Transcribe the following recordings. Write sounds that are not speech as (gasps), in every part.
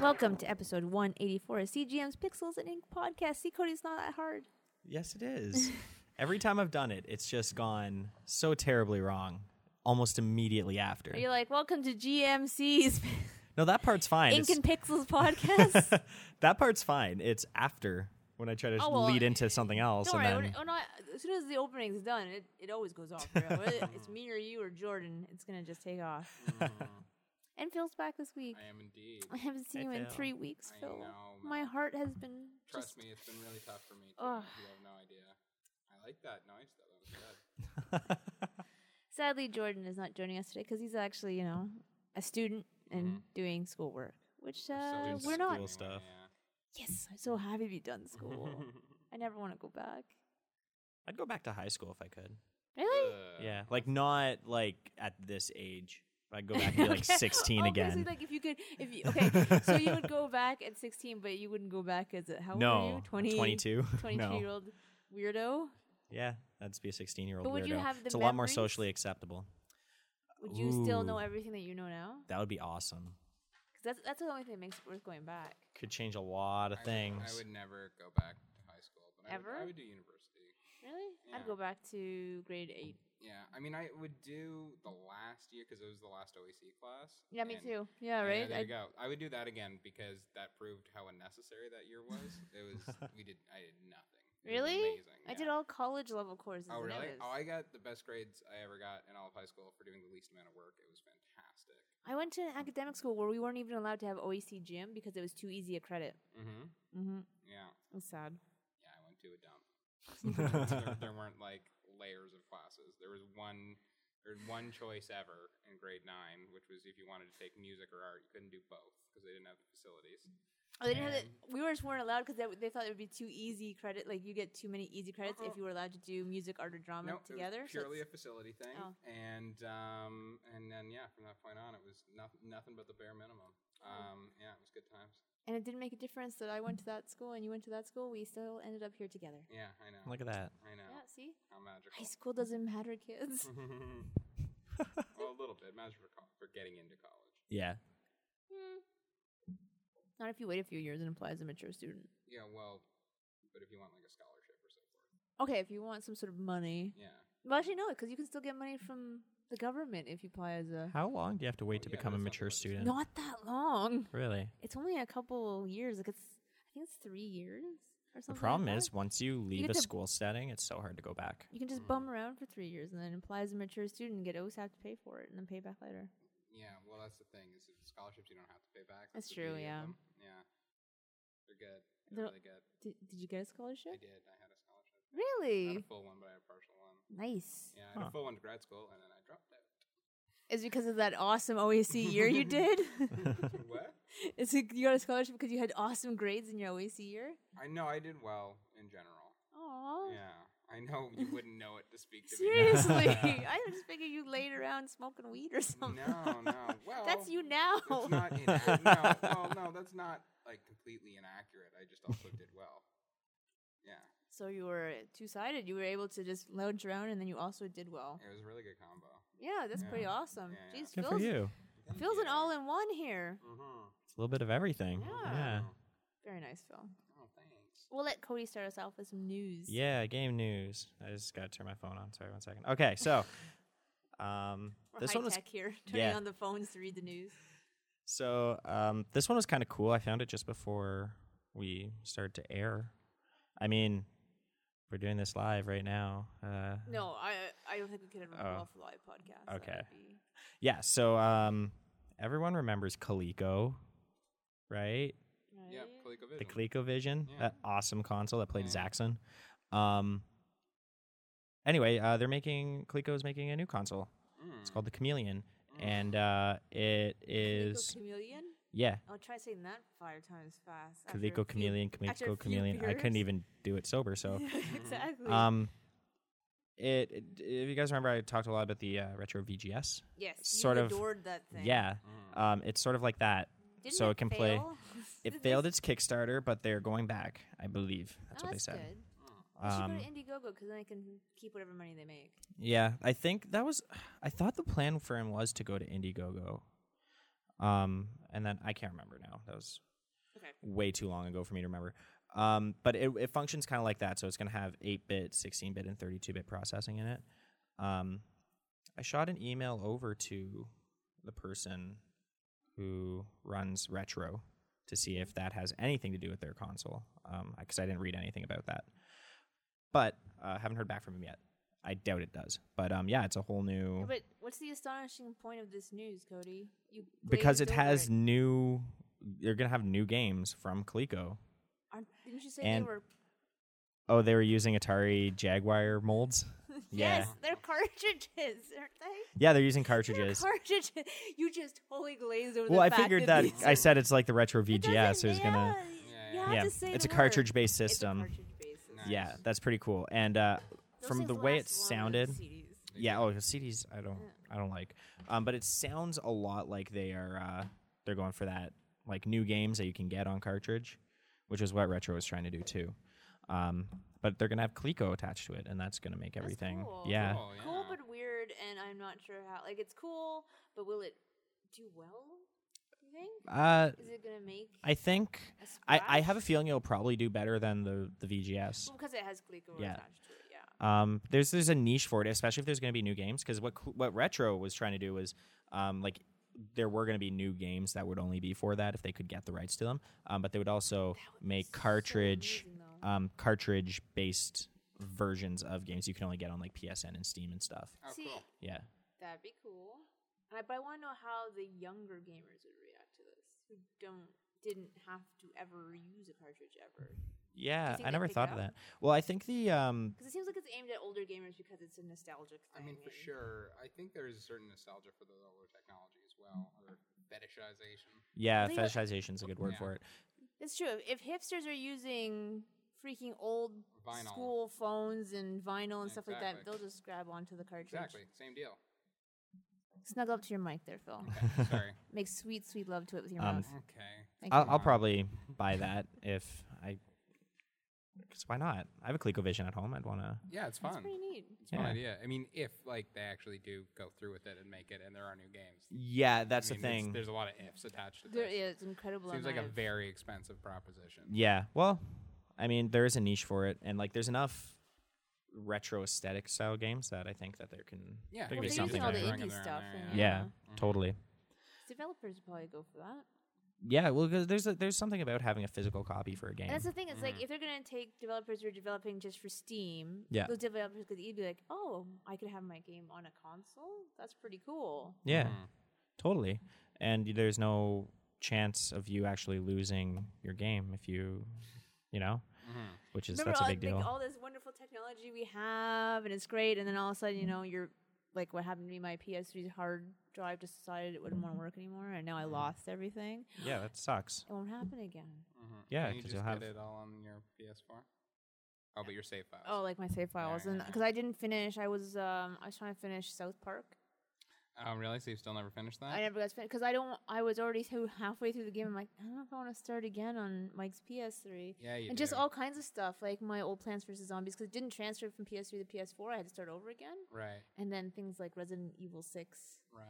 Welcome to episode 184 of CGM's Pixels and Ink podcast. See, Cody's not that hard. Yes, it is. Every time I've done it, it's just gone so terribly wrong almost immediately after. You're like, welcome to GMC's No, that part's fine. (laughs) Ink It's- (laughs) and Pixels (laughs) podcast. that part's fine. It's after when I try to Oh, well, lead into something else. Don't worry, and when, then, when I, as soon as the opening's done, it, it always goes off. bro. (laughs) Whether it's me or you or Jordan. It's gonna just take off. and Phil's back this week. I am indeed. I haven't seen Hey, you in Phil. three weeks, I Phil. know, My man. heart has been Trust just me, it's been really tough for me. Too. Ugh. You have no idea. I like that noise though. That was good. Sadly, Jordan is not joining us today because he's actually, you know, a student and doing schoolwork, which uh, Mm-hmm. doing we're not. Cool stuff. Yeah. Yes, I'm so happy to be done (laughs) (laughs) school. I never want to go back. I'd go back to high school if I could. Really? Ugh. Yeah, like not like at this age. I'd go back and be like (laughs) Okay. 16 Okay, again. So like if you could, if you, okay, so you would go back at 16, but you wouldn't go back as a, how old are no, you? 20, 22. 22 (laughs) no. year old weirdo. Yeah, that'd be a 16 year old. But would you weirdo. have the It's a lot more memories? socially acceptable. Would you still know Ooh. everything that you know now? That would be awesome. Because that's that's the only thing that makes it worth going back. Could change a lot of I would- things. I would never go back to high school, but I would, Ever? I would do university. Really? I'd Yeah. go back to grade eight. Yeah, I mean, I would do the last year because it was the last OEC class. Yeah, me and- too. Yeah, yeah, right. I- there you go. I would do that again because that proved how unnecessary that year was. It (laughs) was we did. I did nothing. It was Really? amazing, I yeah. did all college level courses. Oh and it really? was- Oh, I got the best grades I ever got in all of high school for doing the least amount of work. It was fantastic. I went to an academic school where we weren't even allowed to have OEC gym because it was too easy a credit. Mm-hmm. Mm-hmm. Yeah, It's sad. yeah. I went to a (laughs) dump. there, there weren't like layers of classes. There was one. There was one choice ever in grade nine, which was if you wanted to take music or art, you couldn't do both because they didn't have the facilities. Oh, they didn't have it. We were just weren't allowed because they, they thought it would be too easy credit. Like you get too many easy credits if Uh-uh. you were allowed to do music, art, or drama No, together. it was so purely a it's- facility thing, Oh. and um, and then yeah, from that point on, it was nothing, nothing but the bare minimum. Oh. Um, yeah, it was good times. and it didn't make a difference that I went to that school and you went to that school. We still ended up here together. Yeah, I know. Look at that. I know. Yeah. See, How magical. high school doesn't matter, kids. Mm-hmm. (laughs) well, a little bit magical for, co- for getting into college. Yeah. Hmm. Not if you wait a few years and apply as a mature student. Yeah, well, but if you want like a scholarship or so forth. Okay, if you want some sort of money. Yeah. Well, actually, no, because you can still get money from the government if you apply as a. How long do you have to wait Oh, to yeah, become a that's not mature the worst. student? Not that long. Really? It's only a couple years. Like it's, I think it's three years or The something. like problem that. is, once you leave get a to- school setting, it's so hard to go back. you can just Mm. bum around for three years and then apply as a mature student and get OSAP to pay for it and then pay back later. Yeah, well, that's the thing. Is if scholarships you don't have to pay back. That's the true, beauty of yeah. them. Yeah. They're good. They're- They're really good. Did, did you get a I scholarship? did. I had a scholarship. Not Really? a full one, but I had a partial one. Nice. Yeah, I had Huh. a full one to grad school, and then I dropped out. (laughs) Is because of that awesome OAC year you (laughs) did? (laughs) what? Is it you got a scholarship because you had awesome grades in your OAC year? I know I did well in general. Aww. Yeah. I know you wouldn't know it to speak to (laughs) Seriously, (laughs) me. I just figured you laid around smoking weed or something. No, no. Well, (laughs) That's you now. Oh. (laughs) It's not inaccurate. no, well, no, that's not like completely inaccurate. I just also did well. Yeah, (laughs) So you were two sided. You were able to just lounge around, and then you also did well. it was a really good combo. Yeah, that's pretty Yeah. awesome. Yeah, yeah. Jeez, Good for Phil's, you. Phil's an all in one here. Mm-hmm. It's a little bit of everything. Yeah. Yeah. Very nice, Phil. Oh, thanks. We'll let Cody start us off with some news. Yeah, game news. I just got to turn my phone on. Sorry, one second. Okay, (laughs) so um, We're this high one was tech here, (laughs) turning yeah. on the phones to read the news. so um, this one was kind of cool. I found it just before we started to air. I mean, we're doing this live right now. Uh, No, I I don't think we could ever pull Oh. off a live podcast. That Okay. would be- yeah. So um, everyone remembers Coleco, right? Yep, Right? ColecoVision. the ColecoVision, Yeah. that awesome console that played Yeah. Zaxxon. Um, anyway, uh, they're making Coleco is making a new console. Mm, It's called the Chameleon, and uh, it is Coleco Chameleon? yeah, I'll try saying that five times fast. after a few- (laughs) Coleco Chameleon, after a Coleco few Chameleon. I couldn't beers. even do it (laughs) sober, so exactly. um, it, it. If you guys remember, I talked a lot about the uh, retro VGS. yes, you sort of- adored that thing. Yeah, um, it's sort of like that. Didn't so it, it can play- fail? (laughs) It failed its Kickstarter, but they're going back. I believe that's Oh, what that's they said. Good. You should Um, go to Indiegogo because then I can keep whatever money they make. Yeah, I think that was. I thought the plan for him was to go to Indiegogo, um, and then I can't remember now. That was Okay. way too long ago for me to remember. Um, but it, it functions kind of like that. So it's going to have 8 bit, 16 bit, and 32 bit processing in it. Um, I shot an email over to the person who runs Retro to see if that has anything to do with their console because I didn't read anything about that. But uh, haven't heard back from him yet. I doubt it does. But um, yeah, it's a whole new. Yeah, But what's the astonishing point of this news, Cody? You because it glazed has over new they're gonna have new games from Coleco. Aren't, didn't you say and- they were? Oh, they were using Atari Jaguar molds. (laughs) yeah. Yes, they're cartridges, aren't they? Yeah, they're using They're cartridges. cartridges. (laughs) You just totally glazed over. Well, the I fact figured that, that these- I said it's like the retro It doesn't- VGS. It was Yeah, gonna Yeah, you yeah. have yeah, to say it's the a cartridge-based word. system. It's a cartridge-based system. Nice. Yeah, that's pretty cool. And uh, Those from things the way it last longer sounded, than CDs. yeah. Oh, 'cause CDs, I don't, I don't like. Um, but it sounds a lot like they are. Uh, they're going for that like new games that you can get on cartridge, which is what retro is trying to do too. Um, but they're gonna have Coleco attached to it, and that's gonna make everything. cool. Yeah. Cool, yeah. Cool but weird, and I'm not sure how. Like, it's cool, but will it do well? You think? Uh, Is it gonna make? I think a I, I splash? have a feeling it'll probably do better than the the VGS. Well, because it has Glico Yeah. attached to it. Yeah. Um, there's there's a niche for it, especially if there's going to be new games. Because what cl- what retro was trying to do was, um, like there were going to be new games that would only be for that if they could get the rights to them. Um, but they would also would be make so cartridge, amazing, though. um, cartridge based versions of games you can only get on like PSN and Steam and stuff. Oh, See, cool. Yeah. that'd be cool. I, but I want to know how the younger gamers would react to this, who don't didn't have to ever use a cartridge ever. Yeah, think I they'd never pick it thought of up? that. Well, I think the um, Because it seems like it's aimed at older gamers because it's a nostalgic I thing. mean, for and- sure. I think there is a certain nostalgia for the older technology as well, or fetishization. yeah, Well, they- fetishization is a good word Yeah. for it. It's true. If- If hipsters are using freaking old Vinyl. school phones and vinyl and stuff like that, Exactly. they'll just grab onto the cartridge. Exactly, same deal. (laughs) Snuggle up to your mic there, Phil. Okay, sorry. Make sweet, sweet love to it with your Um, mouth. Okay. Thank I'll, you. I'll probably buy that if I. Because why not? I have a ColecoVision at home. I'd want to. Yeah, it's That's fun. pretty neat. It's a fun Yeah. idea. I mean, if like they actually do go through with it and make it, and there are new games. I Yeah, that's mean, the it's- thing. There's a lot of ifs attached to There, this. yeah, it's incredible. Seems like a amount of- very expensive proposition. Yeah. Well, I mean, there is a niche for it, and like, there's enough retro aesthetic style games that I think that there can. Well, There can Yeah, be they're using something. all the there. Throwing indie them around stuff. there, and- yeah, totally. Developers would probably go for that. Yeah. Well, 'cause there's a, there's something about having a physical copy for a game. And that's the thing. It's like if they're gonna take developers who are developing just for Steam, Yeah. those developers could easily be like, "Oh, I could have my game on a console. That's pretty cool." yeah. Mhm. Totally. And y- there's no chance of you actually losing your game if you, you know, Mhm. which is Remember that's a all, big like, deal. all this wonderful technology we have, and it's great, and then all of a sudden, you Mm. know, you're like, what happened to me? My PS3's hard drive just decided it wouldn't want to work anymore, and now Mm. I lost everything. yeah, that sucks. It won't happen again. Mhm. Yeah, Can you 'cause just you'll have- get it all on your PS4. Oh, but your save files. Oh, like my save files, and yeah, because I didn't finish, I was um, I was trying to finish South Park. Oh, really? So you've still never finished that? I never got to because I don't. I was already through halfway through the game. I'm like, I don't know if I want to start again on Mike's PS3. Yeah, you and just do. all kinds of stuff, like my old Plants vs Zombies, because it didn't transfer from PS3 to PS4. I had to start over again, Right, and then things like Resident Evil Six. right.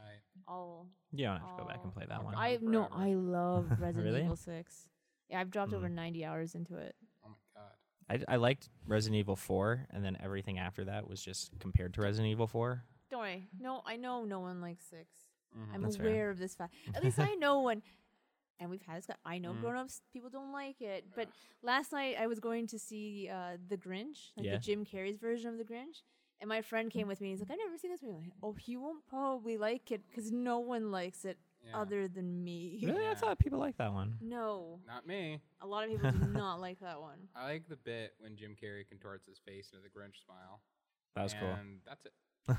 All You don't have to go back and play Oh, that one. I no, I love Resident Really? Evil Six. Yeah, I've dropped over 90 hours into it. Oh my god. I, I liked Resident Evil 4, and then everything after that was just compared to Resident Evil 4. Don't worry. No, I know no one likes 6 Mm-hmm. i I'm That's fair. aware of this (laughs) fact. At least I know when. And we've had this. I know Mm-hmm. grown-ups people don't like it, but last night I was going to see uh, the Grinch, like Yeah. the Jim Carrey's version of the Grinch, and my friend came with me. He's like, "I've never seen this movie." I'm like, oh, he won't probably like it because no one likes it Yeah. other than me. Really? I Yeah. thought people liked that one. (laughs) no, Not me. a lot of (laughs) people do not like that one. I like the bit when Jim Carrey contorts his face into the Grinch smile. That was cool. And that's it.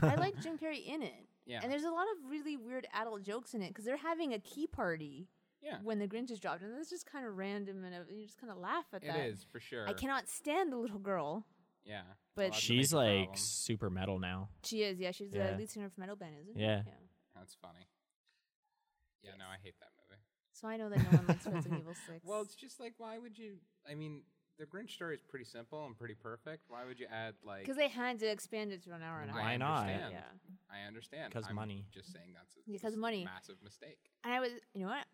I like Jim Carrey in it, (laughs) Yeah. and there's a lot of really weird adult jokes in it because they're having a key party Yeah. (laughs) when the Grinch is dropped, and it's just kind of random, and uh, you just kind of laugh at that. It is for sure. I cannot stand the little girl. Yeah. But- Well, that's a She's big like problem. super metal now. She is, yeah. She's uh, Yeah. the lead singer for metal band, isn't Yeah. she? Yeah. That's funny. Yeah, no, I hate that movie. So I know that no one likes Resident (laughs) Evil Six. Well, it's just like, why would you? I mean, the Grinch story is pretty simple and pretty perfect. Why would you add like? because they had to expand it to an hour and a half. Why not? understand. Yeah. I understand. 'Cause I'm money. Just saying that's a Because just money. massive mistake. And I was, you know what?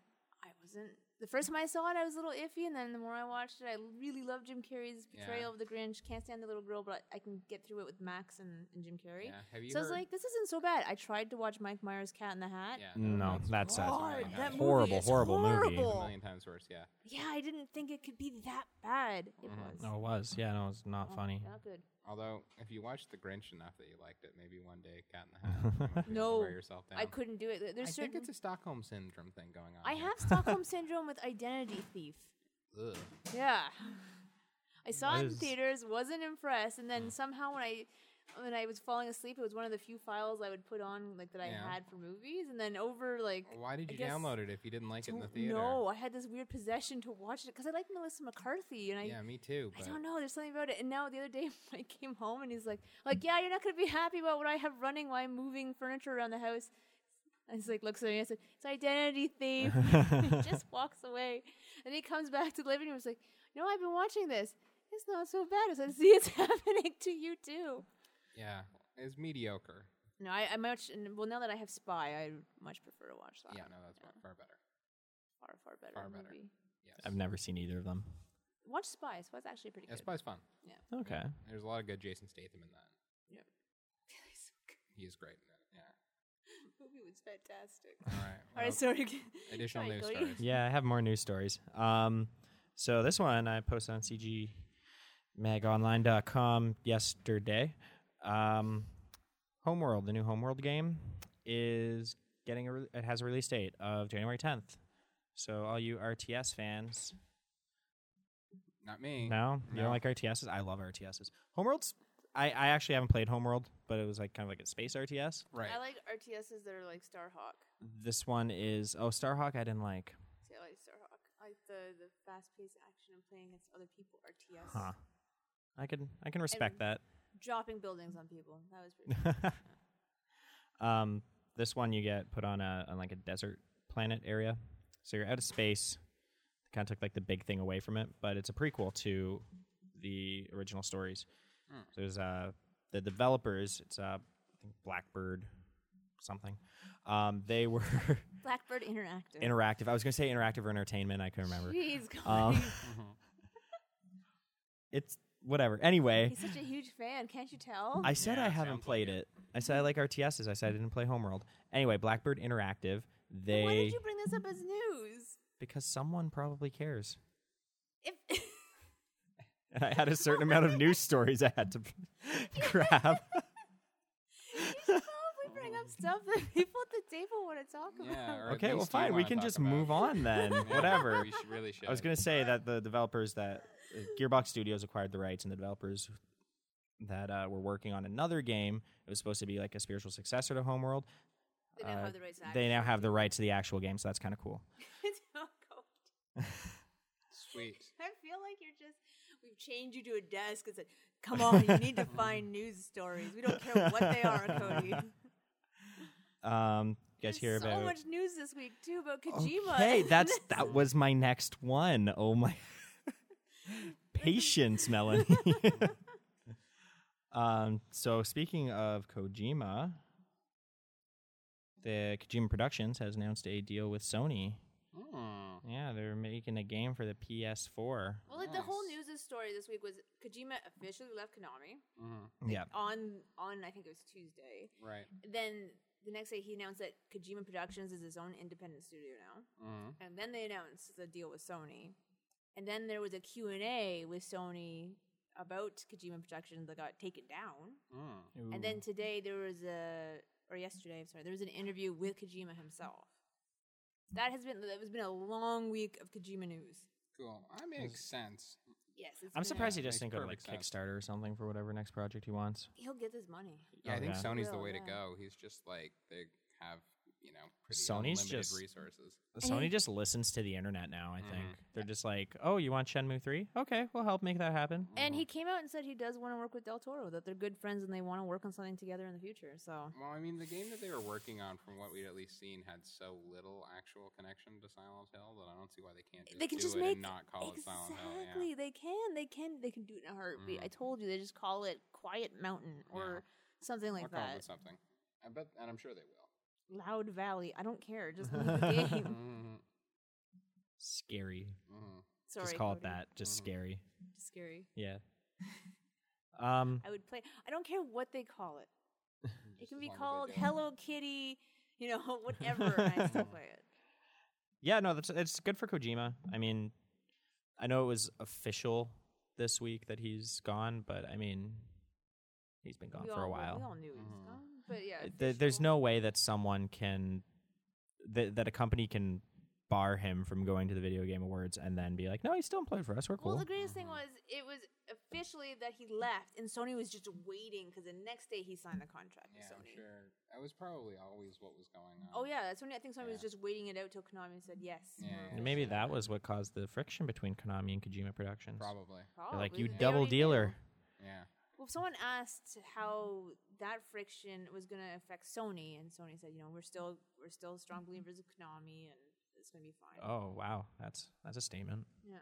I wasn't the first time I saw it, I was a little iffy, and then the more I watched it, I really love Jim Carrey's portrayal Yeah. of the Grinch. Can't stand the little girl, but I, I can get through it with Max and, and Jim Carrey. Yeah. Have you So I heard? was like, this isn't so bad. I tried to watch Mike Myers' Cat in the Hat. yeah, No, that's sad. God, Yeah. that Horrible, movie is horrible movie. a horrible. million times worse. Yeah. Yeah, I didn't think it could be that bad. It Mhm. was. No, it was. Yeah, no, it's not Oh, funny. Not good. Although, if you watched The Grinch enough that you liked it, maybe one day Cat in the Hat. you (laughs) might be able to No, wear yourself down. I couldn't do it. There- There's I certain. think it's a Stockholm syndrome thing going on. I here. have Stockholm syndrome with Identity Thief. Ugh. Yeah. I saw That it in is- Mm. theaters, wasn't impressed, and then somehow when I when I was falling asleep, it was one of the few files I would put on like that I Yeah. had for movies, and then over like Why did I you guess- download it if you didn't like it in the don't theater? know, I had this weird possession to watch it because I like Melissa McCarthy, and I yeah, me too. I But don't know. There's something about it. And now the other day, (laughs) I came home and he's like, like, yeah, you're not gonna be happy about what I have running while I'm moving furniture around the house. And he's like, looks at me. I said, it's identity (laughs) Oh, thief. (laughs) he just walks away. And he comes back to the living room. He's like, no, I've been watching this. It's not so bad. I said, see, it's (laughs) happening to you too. yeah, it's mediocre. No, I, I much and well now that I have Spy, I much prefer to watch that. Yeah, no, that's far, far better. far far better far movie. better. Yes. I've never seen either of them. Watch Spy. Spy's actually pretty (laughs) yeah, good. Spy's fun. Okay. There's a lot of good Jason Statham in that. So good. He is great in it. Yeah. The movie was fantastic. All right. (laughs) All right, well, sorry. (laughs) g- additional sorry, news Cody. stories. Yeah, I have more news stories. Um, so this one I posted on CGMagOnline.com yesterday. Um, Homeworld, the new Homeworld game, is getting a re- it has a release date of January 10th. So all you RTS fans, Not me. (laughs) no, you No. don't like RTSs? I love RTSs. Homeworld's I, I actually haven't played Homeworld, but it was like kind of like a space RTS. Right. (laughs) I like RTSs that are like Starhawk. This one is oh Starhawk I didn't like. See, I like Starhawk. I like the, the fast paced action and playing against other people RTS. Huh. I can I can respect that. Dropping buildings on people. That was (laughs) pretty um, this one you get put on a on like a desert planet area, so you're out of space. Kind of took like the big thing away from it, but it's a prequel to the original stories. Mm. So there's uh the developers. It's uh I think Blackbird something. Um, they were (laughs) Blackbird Interactive. interactive. I was gonna say interactive or entertainment. I couldn't remember. Jeez, Um, Cody. Mm-hmm. (laughs) it's whatever. Anyway, He's oh. such a huge fan. Can't you tell? I said Yeah, I it haven't sounds played like it. I said I like RTSs. I said I didn't play Homeworld. Anyway, Blackbird Interactive. They But Why did you bring this up as news? because someone probably cares. If (laughs) (laughs) And I had a certain amount of news stories I had to (laughs) grab. you (laughs) should probably bring up stuff that (laughs) people at the table want to talk Yeah. about. (laughs) or at okay, well, least you fine. We wanna can talk just about move it. on then. (laughs) Yeah, Whatever. We should, really should. I was gonna say that the developers that uh, Gearbox Studios acquired the rights, and the developers that uh, were working on another game. It was supposed to be like a spiritual successor to Homeworld. They now Uh, have the rights to They now action. (laughs) have the rights to the actual game, so that's kind of cool. Sweet. (laughs) I feel like you're just we've chained you to a desk and said, "Come on, you need to (laughs) find news stories. We don't care what they are, Cody." Um, you guys There's hear so about much news this week too about Kojima. (laughs) Okay, that's that was my next one. Oh my (laughs) patience, Melanie. (laughs) um so speaking of Kojima, the Kojima Productions has announced a deal with Sony. Mm. Yeah, they're making a game for the PS4. well, like the whole Nice. news story this week was Kojima officially left Konami Mhm. Yeah. on on I think it was Tuesday. Right. Then the next day he announced that Kojima Productions is his own independent studio now. Mm. and then they announced the deal with Sony. And then there was a Q&A with Sony about Kojima Productions that got taken down. Mm. And then today there was a or yesterday, I'm sorry, there was an interview with Kojima himself. That has been that has been a long week of Kojima news. Cool. That makes sense. Yes, it's I'm been surprised a- he just makes didn't go to like perfect sense. Kickstarter or something for whatever next project he wants. he'll get his money. Yeah, I Oh, think yeah. Sony's the Will, way to yeah. go. He's just like they have, you know, pretty Sony's unlimited just- resources. Sony just listens to the internet now, I think. Mhm. They're just like, "Oh, you want Shenmue 3? Okay, we'll help make that happen." And he came out and said he does want to work with Del Toro, that they're good friends and they want to work on something together in the future. So Well, I mean, the game that they were working on, from what we'd at least seen, had so little actual connection to Silent Hill that I don't see why they can't just they can do just it make and not Oh, call exactly. it Silent Hill. Yeah. They can. They can. They can do it in a heartbeat. Mm. I told you. They just call it Quiet Mountain or something like I'll call that. it something. I bet, and (laughs) I'm sure they (laughs) will. Mm-hmm, Loud Valley. I don't care. Just leave the game. Mhm. Scary. Mhm. Sorry, just call it Cody. that. Just Mhm. scary. Just scary. Yeah. Um. I would play. I don't care what they call it. It Just can as be long as they called do it. Hello Kitty, you know, (laughs) whatever. and (laughs) I still play it. Yeah. No. That's it's good for Kojima. I mean, I know it was official this week that he's gone, but I mean, he's been gone We for a all- while. We all knew he was Mhm. gone, but yeah. Uh, th- there's official. no way that someone can that that a company can bar him from going to the video game awards and then be like, no, he's still employed for us. We're cool. Well, the greatest thing was it was officially that he left, and Sony was just waiting because the next day he signed the contract Yeah, with I'm Sony. sure. That was probably always what was going on. Oh yeah, that's when I think Sony was Yeah. just waiting it out till Konami said yes. Yeah, we're And maybe officially- that was what caused the friction between Konami and Kojima Productions. Probably. They're like, Probably, you they double already knew." dealer. Yeah. Well, if someone asked how that friction was going to affect Sony, and Sony said, you know, we're still we're still strong believers of Konami, and it's going to be fine. Mm-hmm. Oh wow, that's that's a statement. Yeah.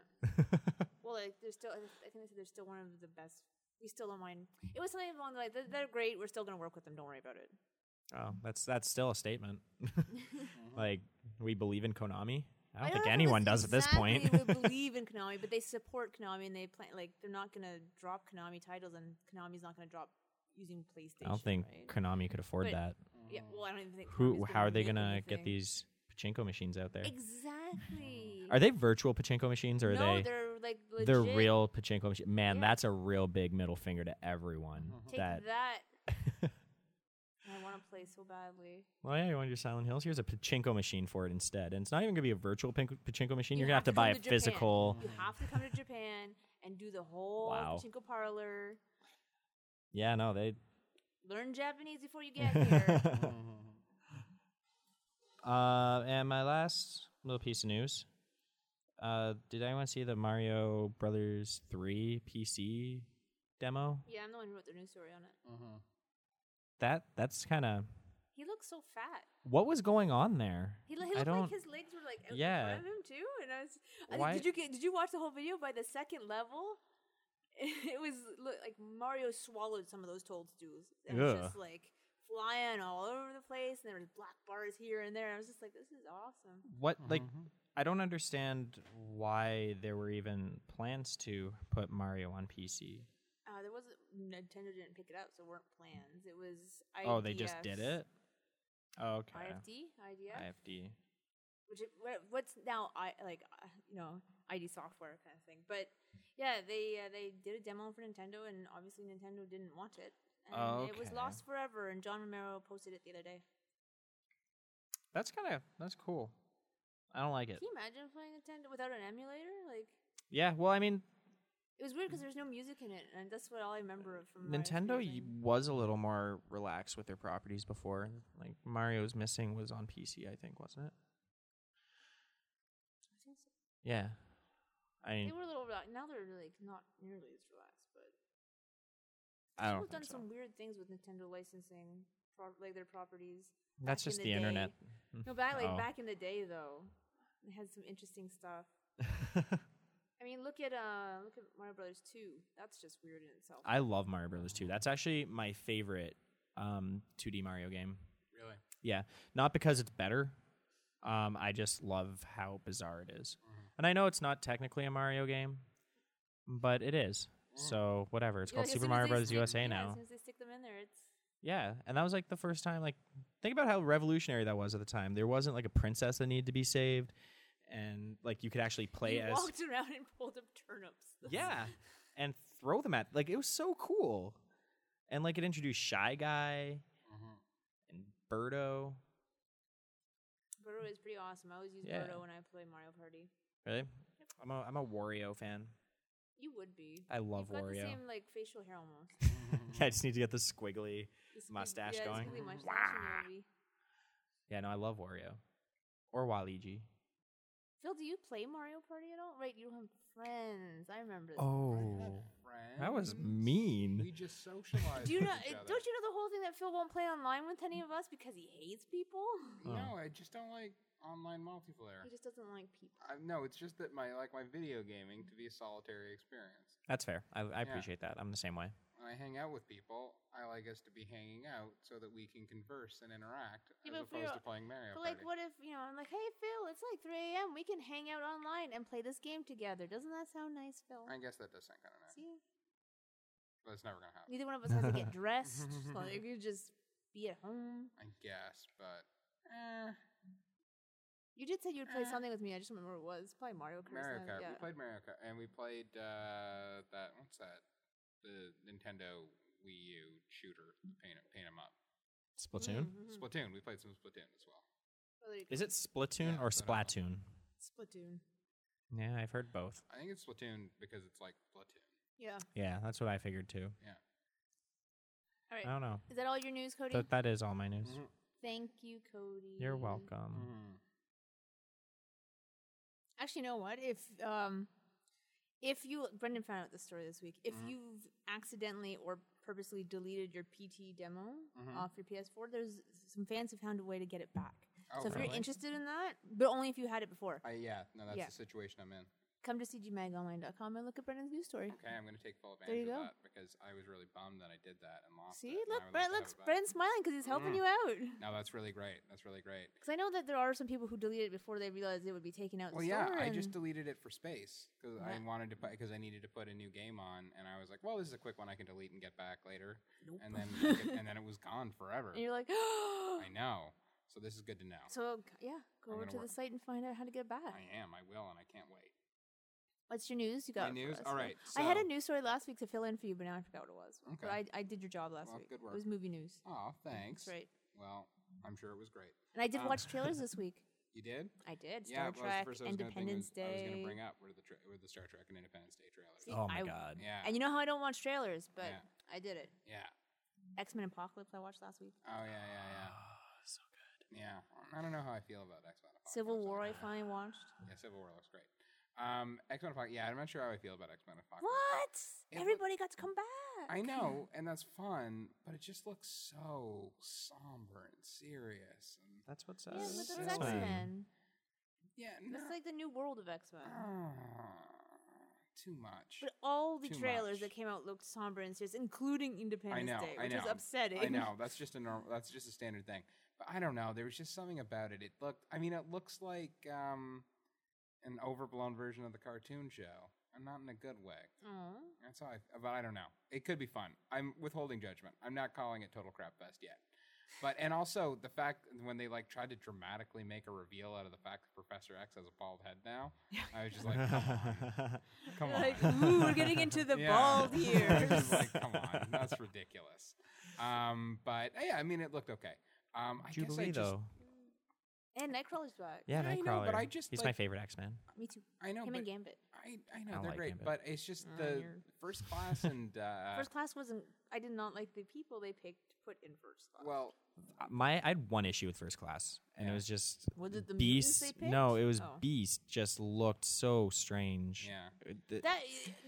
Well, like they're still. I think they said they're still one of the best. We still don't mind. It was something along the line. They're, they're great. We're still going to work with them. Don't worry about it. oh, that's that's still a statement. Mm-hmm, like we believe in Konami. I don't I think know if it anyone was does at this exactly (laughs) point. would believe in Konami, but they support Konami and they plan like they're not going to drop Konami titles, and Konami's not going to drop using PlayStation. I don't think right? Konami could afford But- that. mm-hmm. Yeah. Well, I don't even think. Konami's Who? gonna How are they make gonna get anything. these pachinko machines out there? Exactly. Are they virtual pachinko machines or are no, they? are like legit. They're real pachinko machines. Man, Yeah. that's a real big middle finger to everyone. Take that. that. (laughs) I want to play so badly. well, yeah, you want your Silent Hills? Here's a pachinko machine for it instead. And it's not even gonna be a virtual pin- pachinko machine. You You're gonna have have to to buy come a to Japan. physical. You have to come to Japan and do the whole Wow. pachinko parlor. Yeah, no, they. Learn Japanese before you get (laughs) here. Mm-hmm, uh, and my last little piece of news. Uh, did anyone see the Mario Brothers Three PC demo? yeah, I'm the one who wrote the news story on it. Mhm. That that's kind of He looks so fat. what was going on there. He, lo- he I looked don't. like his legs were like out Yeah. in front of him too. And I was, I Why- think, did you get? Did you watch the whole video by the second level? (laughs) It was look, like Mario swallowed some of those toadstools. It was Ugh. just like flying all over the place, and there was black bars here and there. I was just like, this is awesome. what (laughs) Mm-hmm. like I don't understand why there were even plans to put Mario on PC. Uh, there wasn't Nintendo didn't pick it up, so it weren't plans. It was Oh, they just did IDF's- it. Oh, okay. IFD, IDF, IFD. which is, what, what's now I like uh, you know ID software kind of thing. But yeah, they uh, they did a demo for Nintendo, and obviously Nintendo didn't want it, and it was Okay. lost forever. And John Romero posted it the other day. That's kind of that's cool. I don't like it. Can you imagine playing Nintendo without an emulator? Like Yeah, well, I mean, it was weird because there's no music in it, and that's what all I remember of from Nintendo y- You- was a little more relaxed with their properties before. Like Mario's Missing was on PC, I think, wasn't it? Yeah. I they mean, were a little relaxed. Now they're like not nearly as relaxed, but. I People don't have done think so. some weird things with Nintendo licensing, pro- like their properties. That's back in just the the, day. internet. No, back like Oh. back in the day though, they had some interesting stuff. I mean, look at uh, look at Mario Brothers Two. That's just weird in itself. (laughs) I love Mario Brothers 2. That's actually my favorite um, 2D Mario game. Really? Yeah, not because it's better. Um, I just love how bizarre it is. Mm-hmm. and I know it's not technically a Mario game, but it is. So whatever. It's You know, called as Super soon as Mario they Brothers stick- USA yeah, As now. soon as they stick them in there, it's Yeah, and that was like the first time. Like, think about how revolutionary that was at the time. There wasn't like a princess that needed to be saved, and like you could actually play you as walked (laughs) around and pulled up turnips. (laughs) yeah, and throw them at like it was so cool, and like it introduced Shy Guy Mhm. and Birdo. Birdo is pretty awesome. I always use Yeah. Birdo when I play Mario Party. Really, I'm a I'm a Wario fan. You would be. I love You've got the Wario. same like facial hair (laughs) almost. mm-hmm. yeah, (laughs) I just need to get the squiggly. The squig- Mustache yeah, the going. squiggly mustache, Wah. you know, we- Yeah, no, I love Wario or Waluigi. Phil, do you play Mario Party at all? Right, you don't have friends. I remember. this. Oh, that was Friends? We mean. just socialized. Do you with (laughs) know? each uh, other. Don't you know the whole thing that Phil won't play online with any of us because he hates people? Oh. No, I just don't like online multiplayer. He just doesn't like people. I, no, it's just that my like my video gaming to be a solitary experience. That's fair. I, I Yeah. appreciate that. I'm the same way. I I hang out with people, I like us to be hanging out so that we can converse and interact Yeah, but if as we opposed were- to playing Mario But like, Party. what if you know? I'm like, hey Phil, it's like 3 a.m. We can hang out online and play this game together. Doesn't that sound nice, Phil? I guess that does sound kind of nice, See, but it's never gonna happen. neither one of us has to get dressed. (laughs) like, you just be at home. I guess, but eh, You did say you'd play Uh, something with me. I just don't remember what it was. Probably Mario Kart. or Mario something, Kart. Yeah. We played Mario Kart, and we played uh, that. What's that? The Nintendo Wii U shooter, paint paint 'em up. Splatoon? Mhm, mhm. Splatoon. We played some Splatoon as well. Whether you- Is it Splatoon Yeah, or I don't know. Splatoon? Splatoon. Yeah, I've heard both. I think it's Splatoon because it's like Splatoon. Yeah. Yeah, that's what I figured too. All right. I don't know. Is that all your news, Cody? That that is all my news. Mhm. Thank you, Cody. You're welcome. Mhm. Actually, you know what? If um, if you Brendan found out this story this week. If Mhm. you've accidentally or purposely deleted your PT demo Mhm. off your PS4, there's some fans who found a way to get it back. Oh, so if you're really? interested in that, but only if you had it before, I, yeah, no, that's Yeah. the situation I'm in. come to cgmagonline.com and look at Brendan's news story. Okay, I'm going to take full There you advantage of go. that because I was really bummed that I did that and lost. See, it, and I look, would like Brent, to have looks it back. Brendan's smiling because he's helping Mm. you out. No, that's really great. That's really great. Because I know that there are some people who deleted it before they realized it would be taken out. Well, the yeah, store I just and- deleted it for space because I Yeah. wanted to put because I needed to put a new game on, and I was like, well, this is a quick one I can delete and get back later, Nope. and (laughs) then I could- and then it was gone forever. and you're like, (gasps) oh. I know, so this is good to know. So g- yeah, go I'm over gonna to the work. site and find out how to get it back. I am, I will, and I can't wait. What's your news? You My got it for news? us. All right, I had a so- news story last week to fill in for you, but now I forgot what it was. But I, Okay. I did your job last Well, week. good It was work. movie news. Aw, thanks. That's right. Well, I'm sure it was great. And I did Um, (laughs) watch trailers this week. You did? I did. yeah, Star well, Trek, that was the first I was gonna think Independence was- I was Day. going to bring up were the tra- were the Star Trek and Independence Day trailers. See, Oh my I- god. Yeah, And you know how I don't watch trailers, but Yeah. I did it. yeah. X Men Apocalypse I watched last week. Oh yeah, yeah, yeah, Ah, so good. yeah. I don't know how I feel about X Men. Civil War I finally watched. "Ah." Yeah, Civil War looks great. Um, X Men Apocalypse. Yeah, I'm not sure how I feel about X Men Apocalypse. What? It look- Everybody got to come back. I know, and that's fun, but it just looks so somber and serious. And That's (laughs) what's Yeah, but so that's X Men. yeah, Oh, no, It's like the new world of X Men. Ah, too much. But all the Too trailers much. that came out looked somber and serious, including Independence know, Day, I which was know, upsetting. I know that's just a normal. That's just a standard thing. But I don't know. There was just something about it. It looked. I mean, it looks like um, an overblown version of the cartoon show, and not in a good way. Aw. That's how I. But I don't know. It could be fun. I'm withholding judgment. I'm not calling it total crap fest yet. But and also the fact when they like tried to dramatically make a reveal out of the fact that Professor X has a bald head now, I was just like, come on, (laughs) come (laughs) on. Like, ooh, we're getting into the (laughs) Yeah. bald I was years. just like, come on, that's ridiculous. Um, but uh, yeah, I mean, it looked okay. Um, I guess I Jubilee just, though. and Nightcrawler's back. Yeah, I know, Nightcrawler. but I just, He's my like- favorite X Man. Me too. I know, Him but and Gambit. I, I know I don't they're like great, him, but it's just Ah, the you're- first class and uh, First class wasn't. I did not like the people they picked to put in first class. well, Uh, My I had one issue with first class, and Yeah. it was just Was it the mutants Beast. they no, picked? it was Oh. Beast. Just looked so strange. yeah. Uh, th- that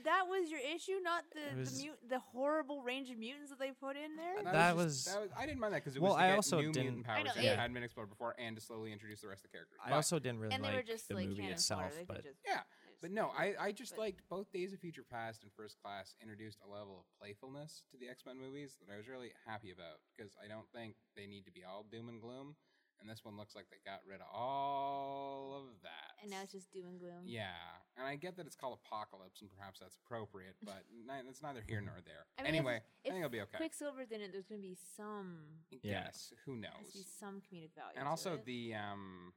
that was your issue, not the It was- the, mut- the horrible range of mutants that they put in there. And That just- was- that was I didn't mind that because it Well, was to I get also new didn't- mutant I powers know, that yeah. hadn't been explored before, and to slowly introduce the rest of the characters. I But- also didn't really and they like were just the like movie cannon itself, fodder. They could but just- yeah, but no, I I just But- liked both Days of Future Past and First Class introduced a level of playfulness to the X Men movies that I was really happy about because I don't think they need to be all doom and gloom, and this one looks like they got rid of all of that. and now it's just doom and gloom. yeah, and I get that it's called Apocalypse, and perhaps that's appropriate, but (laughs) ni- that's neither here nor there. I mean, if- anyway, I if think it'll be okay. Quicksilver's in it. There's going to be some. Yeah. Yes, who Has knows? to be some comedic value. and to also it. the um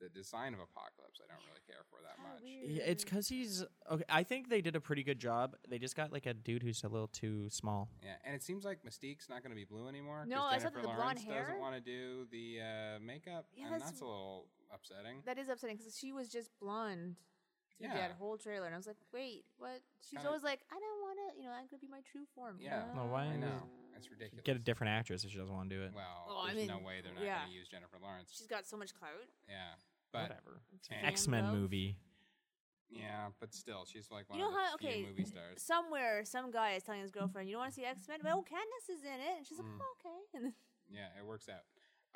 the design of apocalypse i don't really care for that Kinda much weird. yeah, it's because he's. Okay, I think they did a pretty good job. They just got like a dude who's a little too small. yeah and it seems like mystique's not going to be blue anymore 'cause No, I saw Jennifer that the blonde Lawrence hair- doesn't want to do the uh, makeup Yeah, and that's- that's, a little upsetting That is upsetting because she was just blonde through Yeah. that whole trailer, and I was like, "Wait, what?" She's Kinda- always like, "I don't want to, you know, I'm gonna be my true form." yeah No, why i is- know it's ridiculous Get a different actress if she doesn't want to do it. well Well, I there's no mean, way they're not yeah. going to use jennifer lawrence She's got so much clout. yeah but Whatever. eh, Fan X Men vote. movie. yeah but still she's like one You know of the how- few okay, movie stars Somewhere, some guy is telling his girlfriend, "You don't want to see X Men?" Well, Candace is in it, and she's like, Mm. oh, "Okay." And then, yeah it works out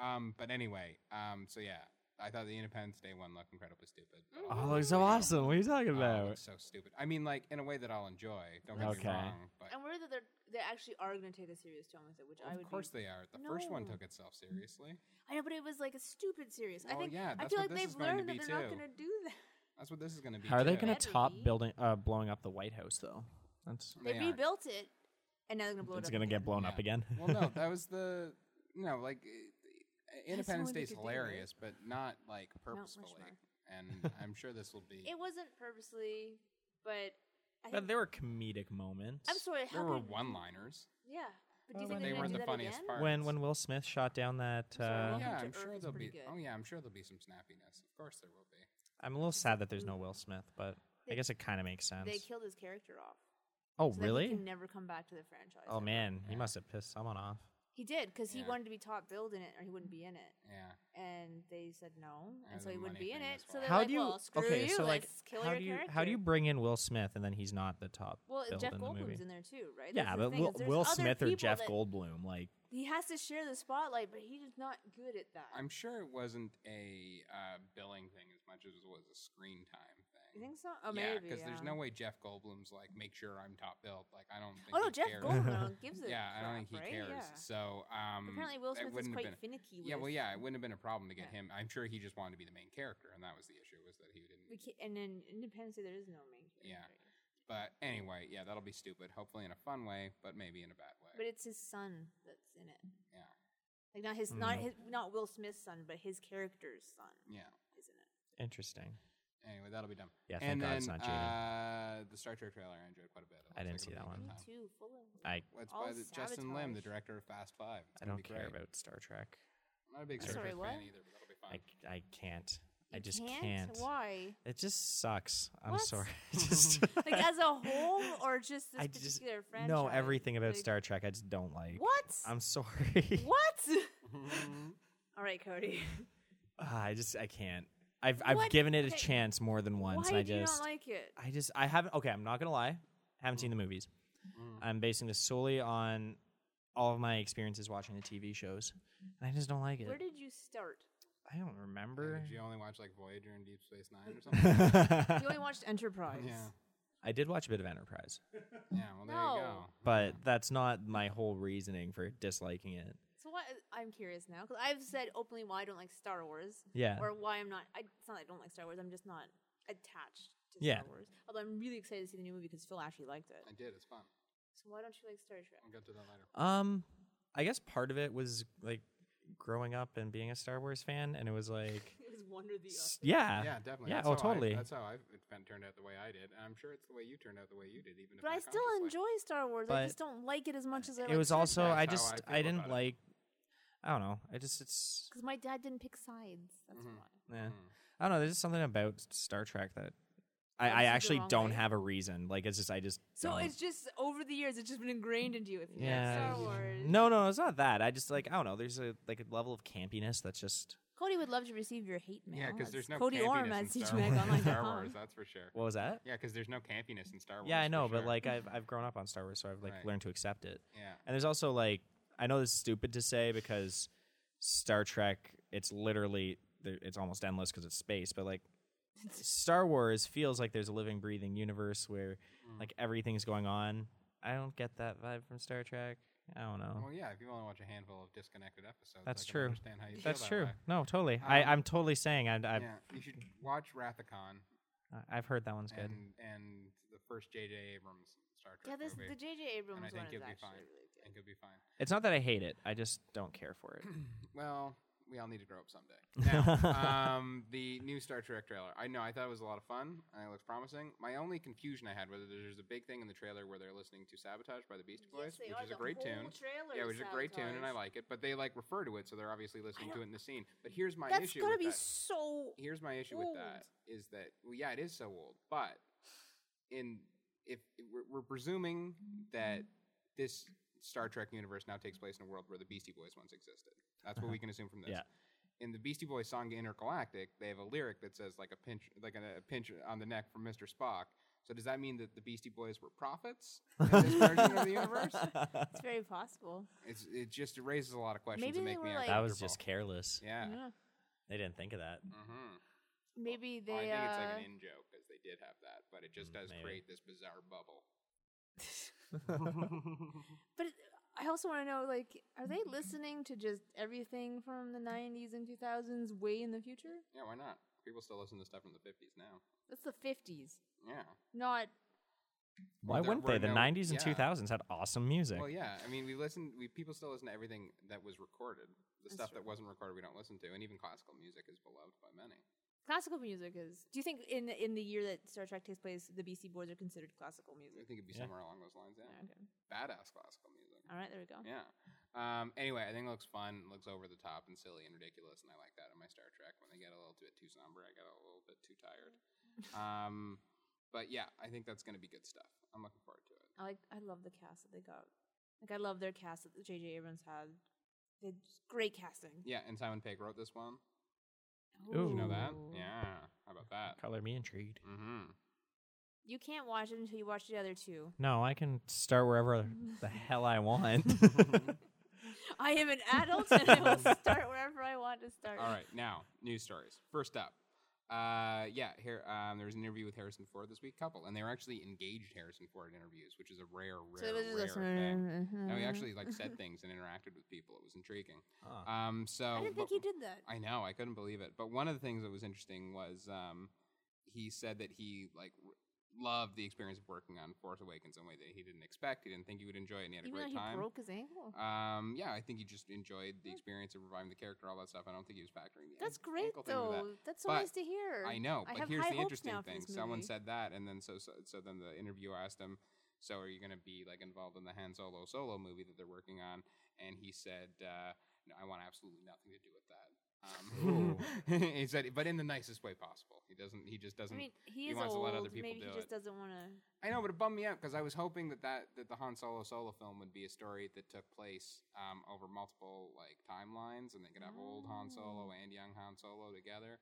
um but anyway um so yeah i thought the independence day one looked incredibly stupid but Mm. all Oh, the it looks others so were good. awesome. What are you talking Oh, about? that's so stupid. I mean, like in a way that I'll enjoy. Don't get Okay. me wrong, but and we're that they're they actually are going to take a serious tone with it, which I would. of course be. they are. The first one No. Mm. took itself seriously. I know, but it was like a stupid serious. I Oh, think yeah, I that's feel like what this they've is going to learned that be, they're not too. going to do that. That's what this is going to be. How are they too. going to Better top be. building, uh, blowing up the White House though? That's They, They aren't. rebuilt it, and now they're going to blow it's it up. going to get again. blown Yeah. up again. well, (laughs) no, that was the no. Like uh, Independence only Day's because they were- hilarious, but not like purposefully. Rushmore. and (laughs) I'm sure this will be. It wasn't purposely, but I But think, there were comedic moments. I'm sorry. How there were could- one-liners. Yeah, but do you Well, Oh, think when they're they going weren't to do the that funniest again? part. When when Will Smith shot down that, sorry, uh, Welcome yeah, to I'm sure Earth is there'll be. pretty good. Oh yeah, I'm sure there'll be some snappiness. Of course there will be. I'm a little sad that there's no Will Smith, but I guess it kind of makes sense. They killed his character off. oh so that really? He can never come back to the franchise. Oh ever. man, he Yeah. must have pissed someone off. He did because he Yeah. wanted to be top billed in it, or he wouldn't be in it. Yeah. And they said no, and, And so the he wouldn't money be in thing it. as So well. they're how like, do you? well, screw okay, you. so like, let's kill how your do you character. how do you bring in Will Smith and then he's not the top? Well, build Jeff in the Goldblum's movie? in there too, right? yeah, That's the but thing, Will, is there's Will other Smith or people Jeff that- Goldblum, like He has to share the spotlight, but he's just not good at that. I'm sure it wasn't a uh, billing thing as much as it was a screen time you thing. think so? Oh, yeah, maybe. because yeah. there's no way Jeff Goldblum's like make sure I'm top billed. Like I don't. Think Oh no, he Jeff cares. (laughs) Goldblum gives a yeah, I crap, don't think he right? cares. Yeah. So um, Apparently, Will it Smith is wouldn't have quite been- finicky. With Yeah, well, yeah, it wouldn't have been a problem to get Yeah. him. I'm sure he just wanted to be the main character, and that was the issue was that he We didn't. ca and then Independence Day, there is no main character. Yeah. But anyway, yeah, that'll be stupid. Hopefully in a fun way, but maybe in a bad way. But it's his son that's in it. yeah, Like not his, Hmm. not his, not Will Smith's son, but his character's son yeah. is in it. interesting. Anyway, that'll be dumb. Yeah, thank and God then it's not uh, the Star Trek trailer I enjoyed quite a bit. It I didn't looks see like it'll that one. be a good Me time. too, full of. I Well, it's All by the, Justin Lim, the sabotage. director of Fast Five. It's I don't gonna be care great. about Star Trek. I'm not a big Star Sorry, Trek what? fan either, but that'll be fun. I (laughs) I can't. I You just can't? can't. (laughs) Why? It just sucks. I'm What? sorry. (laughs) (laughs) Just- (laughs) Like as a whole, or just this I just particular franchise? know everything about Like, Star Trek. I just don't like. What? I'm sorry. (laughs) what? (laughs) Mm-hmm. All right, Cody. (laughs) Ah, I just I can't. I've I've What? given it a Okay. chance more than (laughs) once. and Why I do you just not like Mm. it? I just I haven't. Okay, I'm not gonna lie. Haven't seen the movies. Mm-hmm. I'm basing this solely on all of my experiences watching the TV shows, and I just don't like it. Where did you start? (laughs) I don't remember. Did you only watch like Voyager and Deep Space (laughs) Nine or (laughs) something? You only watched Enterprise. yeah, I did watch a bit of Enterprise, yeah. Well, there you go. No. but that's not my whole reasoning for disliking it. So why I'm curious now because I've said openly why I don't like Star Wars. Yeah. Or why I'm not. I, it's not that I don't like Star Wars. I'm just not attached to Yeah. Star Wars. Although I'm really excited to see the new movie because Phil actually liked it. I did. It's fun. So why don't you like Star Trek? I'll get to that later. Um, I guess part of it was like growing up and being a Star Wars fan, and it was (laughs) like, It was Wonder the s- yeah, Yeah, definitely. yeah, That's oh, how I- totally. that's how I it fin- turned out the way I did, and I'm sure it's the way you turned out the way you did, even. if But I not still consciously. enjoy Star Wars. But I just don't like it as much as I. it was also That's I how just I I, feel didn't about it. like. I don't know. I just it's because my dad didn't pick sides. That's Mm-hmm. why. yeah. Hmm. I don't know. There's just something about S- Star Trek that I, Rubs I you the actually wrong don't way? have a reason. Like it's just I just So don't. it's just over the years, it's just been ingrained into you. If you yeah. like it's- Star Wars. No, no, it's not that. I just like I don't know. There's a like a level of campiness that's just Cody would love to receive your hate mail. Yeah, because It's there's no Cody Orm campiness at in Star Wars- (laughs) Star Wars. cgmagonline.com. That's for sure. what was that? Yeah, because there's no campiness in Star Wars. Yeah, I for know, but sure. like I've I've grown up on Star Wars, so I've like Right. learned to accept it. yeah, And there's also like I know this is stupid to say because Star Trek it's literally there- it's almost endless because it's space, but like Star Wars feels like there's a living, breathing universe where Hmm. like everything's going on. I don't get that vibe from Star Trek. I don't know. well, yeah. If you only watch a handful of disconnected episodes, uh, That's I can true. Understand how you feel That's that true. way. No, totally. I, Um, I'm totally saying I, I, yeah, you should watch Wrathacon I've heard that one's good. and and the first J.J. Abrams Star Yeah, Trek this movie, the J.J. Abrams and I one think is you'll be fine. actually really I good. think you'll be fine. It's not that I hate it. I just don't care for it. (clears throat) Well, we all need to grow up someday. Now, um, the new Star Trek trailer. I know. I thought it was a lot of fun. And it looks promising. My only confusion I had was that there's a big thing in the trailer where they're listening to "Sabotage" by the Beastie Boys, they which are. is The a great whole tune. trailer yeah, is which is a great tune, and I Sabotage. like it. But they like refer to it, so they're obviously listening to it in the scene. But here's my That's issue. gotta with be that so. here's my issue old. with that is that well, yeah, it is so old, but in if we're, we're presuming that this Star Trek universe now takes place in a world where the Beastie Boys once existed, that's what we can assume from this. Yeah. In the Beastie Boys song "Intergalactic," they have a lyric that says like a pinch, like a, a pinch on the neck from Mr. Spock. So does that mean that the Beastie Boys were prophets in (laughs) this version of (laughs) the universe? It's very possible. It's, it just raises a lot of questions Maybe and they make me were, like- that uncomfortable. was just careless. yeah. Yeah. They didn't think of that. hmm Maybe they. Well, I think it's like uh, an in joke because they did have that, but it just does maybe. (laughs) create this bizarre bubble. But it- (laughs) I also want to know, like, are they listening to just everything from the '90s and 2000s way in the future? yeah, why not? People still listen to stuff from the 50s now. That's the '50s, Yeah. not Why there wouldn't were they? The no- 90s and yeah. 2000s had awesome music. Well, yeah. I mean, we listen. We people still listen to everything that was recorded. The That's stuff true. that wasn't recorded, we don't listen to. And even classical music is beloved by many. classical music. Is do you think in the- in the year that Star Trek takes place, the Beastie Boys are considered classical I music? think it'd be Yeah. somewhere along those lines. Yeah. Yeah, okay. Badass classical music. All right, there we go. Yeah. Um, anyway, I think it looks fun. It looks over the top and silly and ridiculous, and I like that in my Star Trek. When they get a little bit too somber, I get a little bit too (laughs) tired. Um, but yeah, I think that's going to be good stuff. I'm looking forward to it. I like. I love the cast that they got. Like, I love their cast that J.J. Abrams had. They great casting. Yeah, and Simon Pegg wrote this one. Ooh. You know that? Ooh. Yeah. How about that? Color me intrigued. Mm-hmm. You can't watch it until you watch the other two. No, I can start wherever (laughs) the hell (laughs) I want. I am an adult and I (laughs) will start wherever I want to start. All right, now news stories. First up, uh, yeah, here um, there was an interview with Harrison Ford this week, couple, and they were actually engaged Harrison Ford interviews, which is a rare, So rare, it was rare just like, thing. "Mm, And we mhm." actually like (laughs) said things and interacted with people. It was intriguing. Huh. Um, so Uh, I didn't but- think he did that. I know, I couldn't believe it. But one of the things that was interesting was um, he said that he like r- loved the experience of working on Force Awakens in a way that he didn't expect. He didn't think he would enjoy it, and he had a Even though great he time. broke his ankle. Um, yeah, I think he just enjoyed the experience of reviving the character, all that stuff. I don't think he was factoring the That's an- great, ankle thing into that. though. That's so But nice to hear. I know, I but have here's high the hopes interesting now for thing. this Someone movie. said that, and then so, so so then the interviewer asked him, "So are you going to be like involved in the Han Solo solo movie that they're working on?" And he said, uh, "No, I want absolutely nothing to do with that." Um, (laughs) he said, but in the nicest way possible. He doesn't. He just doesn't. I mean, he, he is wants to old. let other people Maybe do he just it. doesn't want to. I know, but it bummed me out because I was hoping that, that that the Han Solo solo film would be a story that took place um, over multiple like timelines, and they could have old Han Solo Oh. and young Han Solo together.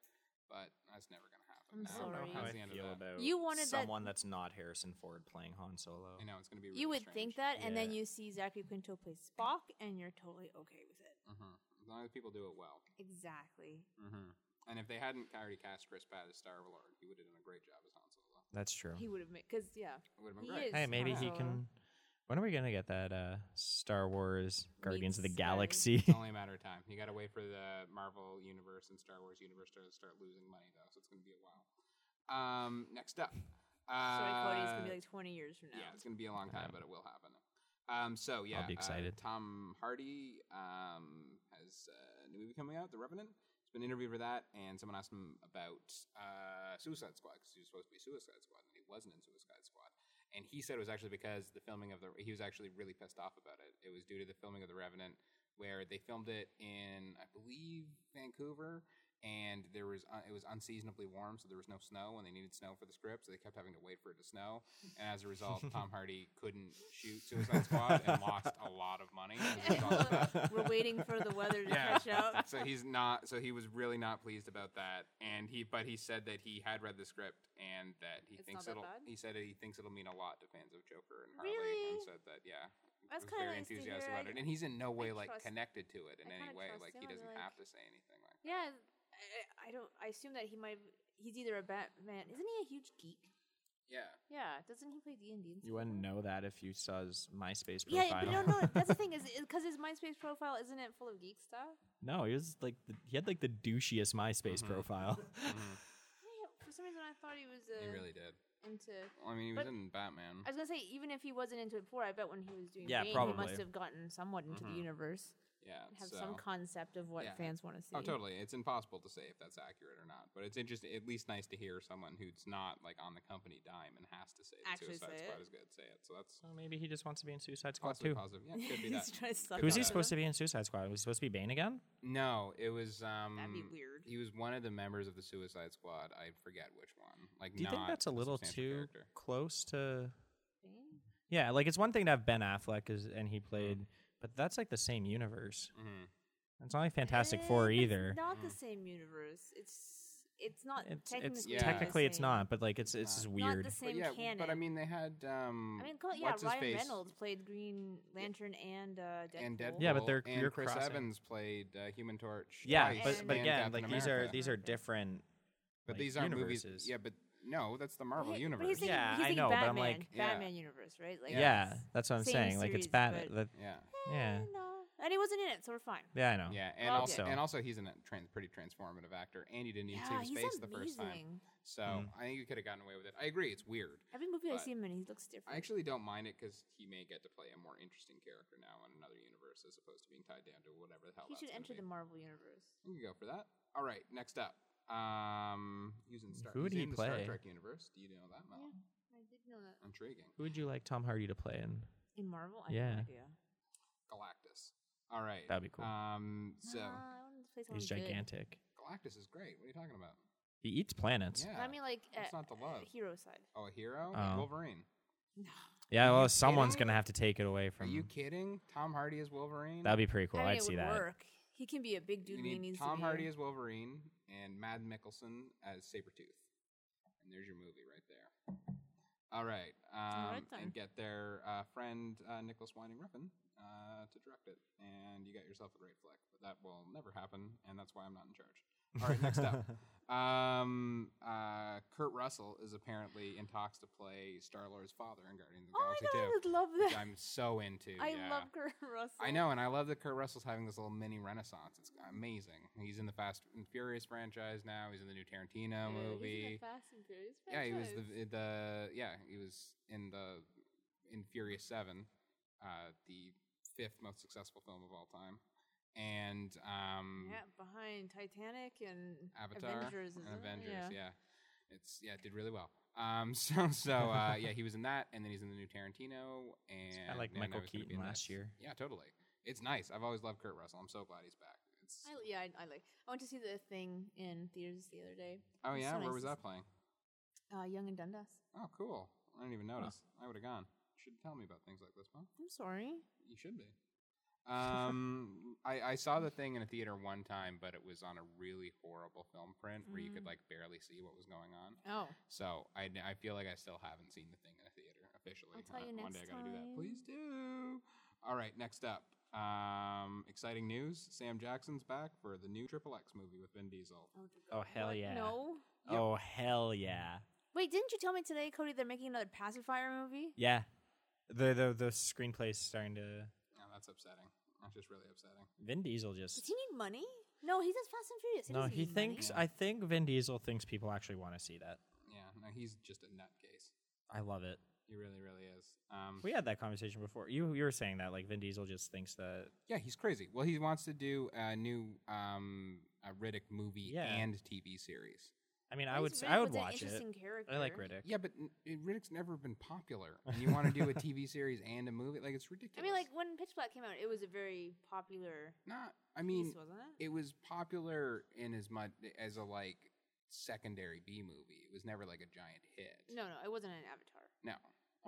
But that's never gonna happen. I'm now. I don't know sorry. how That's I the end of feel that. about You wanted that- someone that's not Harrison Ford playing Han Solo. I know it's gonna be. Really You would think that, and then Yeah. you see Zachary Quinto play Spock, and you're totally okay with it. hmm As long as people do it well. Exactly. Mm-hmm. And if they hadn't already cast Chris Pratt as Star Lord, he would have done a great job as Han Solo. That's true. He would have made because yeah, It would have been He great. is Hey, maybe Han he Solo. can. When are we gonna get that uh, Star Wars Guardians of the Meets Galaxy? It's only a matter of time. You got to wait for the Marvel universe and Star Wars universe to start losing money, though, so it's going to be a while. Um, next up. Uh, sorry, Cody. It's gonna be like 20 years from now. Yeah, it's going to be a long time, but it will happen. Um, so yeah, be uh, excited. Tom Hardy um, has uh, a new movie coming out, The Revenant. He's been interviewed for that, and someone asked him about uh, Suicide Squad because he was supposed to be Suicide Squad, and he wasn't in Suicide Squad. And he said it was actually because the filming of the he was actually really pissed off about it. It was due to the filming of The Revenant, where they filmed it in I believe Vancouver, and there was uh, it was unseasonably warm, so there was no snow, and they needed snow for the script, so they kept having to wait for it to snow, and as a result, Tom Hardy couldn't shoot Suicide Squad and lost a lot of money. (laughs) as a result of that. (laughs) We're waiting for the weather to Yeah. catch up. So he's not. So he was really not pleased about that, and he but he said that he had read the script and that he It's thinks not that it'll. bad? He said he thinks it'll mean a lot to fans of Joker and Harley, Really? and said that yeah. That's was kinda very nice to enthusiastic hear. about I- it, and he's in no way like trust- connected to it in I any kinda way. trust Like him. he I'd be doesn't like- have to say anything like. Yeah, I, I don't. I assume that he might. He's either a Batman. Isn't he a huge geek? Yeah. Yeah, doesn't he play D and D? You wouldn't know that if you saw his MySpace Yeah, profile. but no, (laughs) no. That's the thing is because his MySpace profile isn't it full of geek stuff? No, he was like the, he had like the douchiest MySpace Mhm. profile. Mm-hmm. (laughs) Yeah, For some reason, I thought he was He uh, really did. into. Well, I mean, he was But- in Batman. I was gonna say even if he wasn't into it before, I bet when he was doing Yeah, Bane, he probably. must have gotten somewhat into Mhm. the universe yeah. and have so. some concept of what Yeah. fans want to see. Oh, totally. It's impossible to say if that's accurate or not, but it's interesting. At least nice to hear someone who's not like on the company dime and has to say that Actually Suicide say Squad it. is good. Say it. So that's so maybe he just wants to be in Suicide Squad possibly too. positive. Yeah, (laughs) could be that. He's trying to suck Who's up he to supposed to them. be in Suicide Squad? Was he supposed to be Bane again? No, it was. Um, That'd be weird. He was one of the members of the Suicide Squad. I forget which one. Like, Do you think not that's a little substantial too character. close to? Bane? Yeah, like it's one thing to have Ben Affleck as, and he played, Mm-hmm. but that's like the same universe. Mhm. It's not like Fantastic Four Eh, it's either. Not Mm. the same universe. It's it's not It's technically it's the Yeah. technically it's same. not, but like it's it's not. just Not weird. the But same yeah, canon. but I mean, they had. Um, I mean, come on, yeah, what's his Ryan face? Reynolds played Green Lantern and uh, Deadpool. And Deadpool. Yeah, but they're- and you're Chris crossing. Evans played uh, Human Torch. yeah, twice, but but and again, Captain like these are America. these are different. But like, these aren't movies. universes. Yeah, but No, that's the Marvel But he- universe. But he's thinking, Yeah, he's I thinking know, but I'm Batman, like- Yeah. Batman universe, right? Like Yeah, that's- that's what I'm Same saying. Like it's series, bad. but- That, yeah. yeah, Eh, no. And he wasn't in it, so we're fine. yeah, I know. Yeah, Okay. and also So- and also he's a trans, pretty transformative actor, and he didn't even Yeah, save he's space amazing. the first time. So Mm. I think you could have gotten away with it. I agree, it's weird. Every movie I But- see him in, he looks different. I actually don't mind it because he may get to play a more interesting character now in another universe as opposed to being tied down to whatever the hell. he that's should gonna enter be. the Marvel universe. You can go for that. All right, next up. Um, using Star. Who would he's he in The play? Star Trek universe. Do you know that? Mel? Yeah, I did know that. Intriguing. Who would you like Tom Hardy to play in? In Marvel, I Yeah. have no idea. Galactus. All right. That'd be cool. Um, so Ah, I wanted to play someone He's good. gigantic. Galactus is great. What are you talking about? He eats planets. Yeah. But I mean, like, uh, What's not to uh, love? hero side. oh, a hero? Oh. Wolverine. Yeah, Are you well, someone's kidding? gonna have to take it away Are from. you kidding? Tom Hardy is Wolverine. That'd be pretty cool. I mean, I'd it see would that. work. He can be a big dude when you he need needs to Tom be. Hardy as Wolverine and Mad Mickelson as Sabretooth. And there's your movie right there. All right. right Um, then. and get their uh, friend uh, Nicholas Winding Refn uh, to direct it. And you got yourself a great flick. But that will never happen. And that's why I'm not in charge. All right, (laughs) next up. Um, uh, Kurt Russell is apparently in talks to play Star Lord's father in Guardians of the Oh my Galaxy god, I would love 2, which that. I'm so into. (laughs) I yeah. love Kurt Russell. I know, and I love that Kurt Russell's having this little mini renaissance. It's amazing. He's in the Fast and Furious franchise now. He's in the new Yeah, Tarantino he's in the movie. Fast and Furious Yeah, he was franchise. the the yeah he was in the in Furious Seven, uh, the fifth most successful film of all time, and um, Yeah, behind Titanic and Avatar Avengers. and isn't it? Avengers. Yeah. Yeah. it's yeah it did really well. Um, (laughs) so so uh, yeah, he was in that, and then he's in the new Tarantino, and It's kinda like and now Michael he's gonna be Keaton in last this. year. Yeah, totally. It's nice. I've always loved Kurt Russell. I'm so glad he's back. It's, I, yeah, I, I like. I went to see the thing in theaters the other day. oh it's yeah, so where nice was to that see- playing? Uh, Young and Dundas. Oh, cool. I didn't even notice. I would have gone. You should tell me about things like this, huh? I'm sorry. You should be. (laughs) Um, I, I saw the thing in a theater one time, but it was on a really horrible film print where you could Mm. like barely see what was going on. Oh, So I, n- I feel like I still haven't seen the thing in a theater officially. I'll tell Uh, you One day I next gotta do that. time. Please do. All right, next up. Um, exciting news: Sam Jackson's back for the new Triple X movie with Vin Diesel. oh, (laughs) Oh hell what? yeah! No. Oh hell yeah! Wait, didn't you tell me today, Cody? They're making another pacifier movie. Yeah, the the the screenplay's starting to. Yeah, that's upsetting. That's just really upsetting. Vin Diesel Does just. he need money? No, he does Fast and Furious. He No, doesn't he need thinks. money. I think Vin Diesel thinks people actually want to see that. Yeah, no, he's just a nutcase. I love it. He really, really is. Um, We had that conversation before. You you were saying that like Vin Diesel just thinks that yeah, he's crazy. Well, he wants to do a new um, a Riddick movie Yeah. and TV series. I mean, At I would least s- Riddick I would was an watch it. interesting Character. I like Riddick. Yeah, but n- Riddick's never been popular, and you want to do a TV series and a movie? Like it's ridiculous. I mean, like when Pitch Black came out, it was a very popular not. I mean, piece, wasn't it? it was popular in as much as a like secondary B movie. It was never like a giant hit. No, no, it wasn't an Avatar no,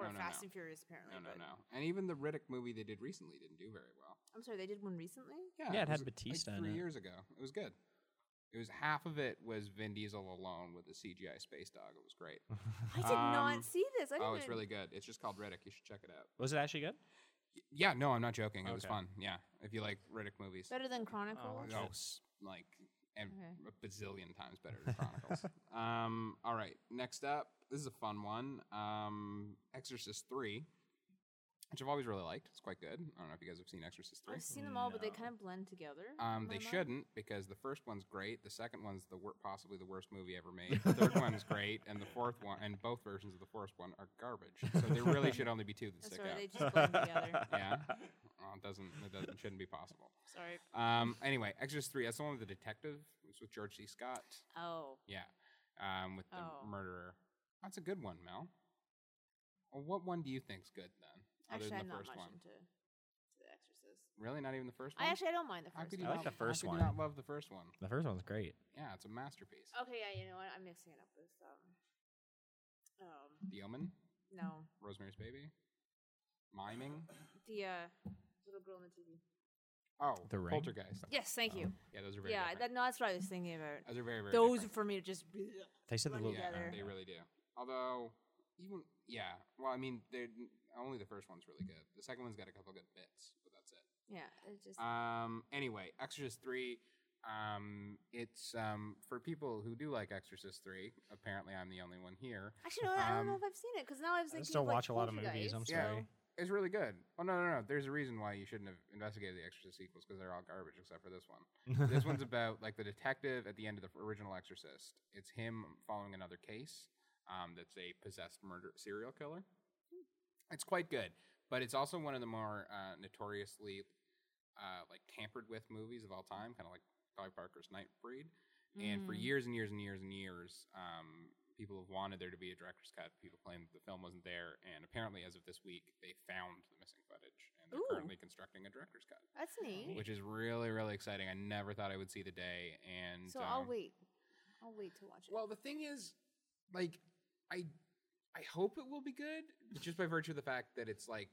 or no, no, Fast no. and Furious. Apparently, No, no, but- no. And even the Riddick movie they did recently didn't do very well. I'm sorry, they did one recently. Yeah, it had was, Batista in like three it. years ago. It was good. It was half of it was Vin Diesel alone with the CGI space dog. It was (laughs) great. (laughs) I did Um, not see this. I didn't oh, it's even- really good. It's just called Riddick. You should check it out. Was it actually good? Y- Yeah, no, I'm not joking. It was Okay. fun. Yeah, if you like Riddick movies, better than Chronicle. Oh, oh, Gotcha. s- like and Okay. a bazillion times better than Chronicles. um, all right, next up, this is a fun one. Um, Exorcist three, which I've always really liked. It's quite good. I don't know if you guys have seen Exorcist three. I've seen them all, but they No. kind of blend together. Um, in they my mind. shouldn't because the first one's great. The second one's the wor- possibly the worst movie ever made. The third one's great, and the fourth one and both versions of the first one are garbage. So there really should only be two that That's stick right, out. they just blend (laughs) (laughs) together. yeah, well, it doesn't. It doesn't. Shouldn't be possible. Sorry. Um, anyway, Exorcist three. That's the one with the detective. It's with George C. Scott. Oh, Yeah, um, with the Oh. murderer. That's a good one, Mel. Well, what one do you think's good then? actually, other I'm than the not first much one. into to The Exorcist. Really, not even the first one. I actually I don't mind the how first. could one. you I like not, the first how could one. You not love the first one. The first one's great. Yeah, it's a masterpiece. Okay, yeah, you know what? I'm mixing it up with um, um, The Omen, no, Rosemary's Baby, Miming. the uh, little girl on the TV. Oh, The Ring? Poltergeist. Yes, thank you. Yeah, those are Oh, very. Yeah, different. that, no, that's what I was thinking about. those are very very. Those different. for me to just. They said the Run little. uh, yeah, together. they really do. Although, even yeah, well, I mean, they only the first one's really good. The second one's got a couple good bits, but that's it. Uh, Yeah, it just. Um. Anyway, Exorcist three. Um, it's um, for people who do like Exorcist 3. Apparently, I'm the only one here. Actually, no, I don't know Um, if I've seen it because now I was I thinking. just don't of, like, watch a lot of movies. Poltergeist. I'm Yeah. sorry. It's really good. Oh, no, no, no. There's a reason why you shouldn't have investigated the Exorcist sequels because they're all garbage except for this one. (laughs) this one's about like the detective at the end of the original Exorcist. It's him following another case um, that's a possessed murder serial killer. It's quite good, but it's also one of the more uh, notoriously uh, like tampered with movies of all time, kind of like Dolly Parker's Nightbreed. And for Mm. years and years and years and years, um, people have wanted there to be a director's cut. People claim that the film wasn't there, and apparently, as of this week, they found the missing footage, and they're Ooh. currently constructing a director's cut That's neat. which is really really exciting. I never thought I would see the day, and So I'll um, wait. I'll wait to watch it. Well, the thing is, like, I I hope it will be good, just by virtue of the fact that it's like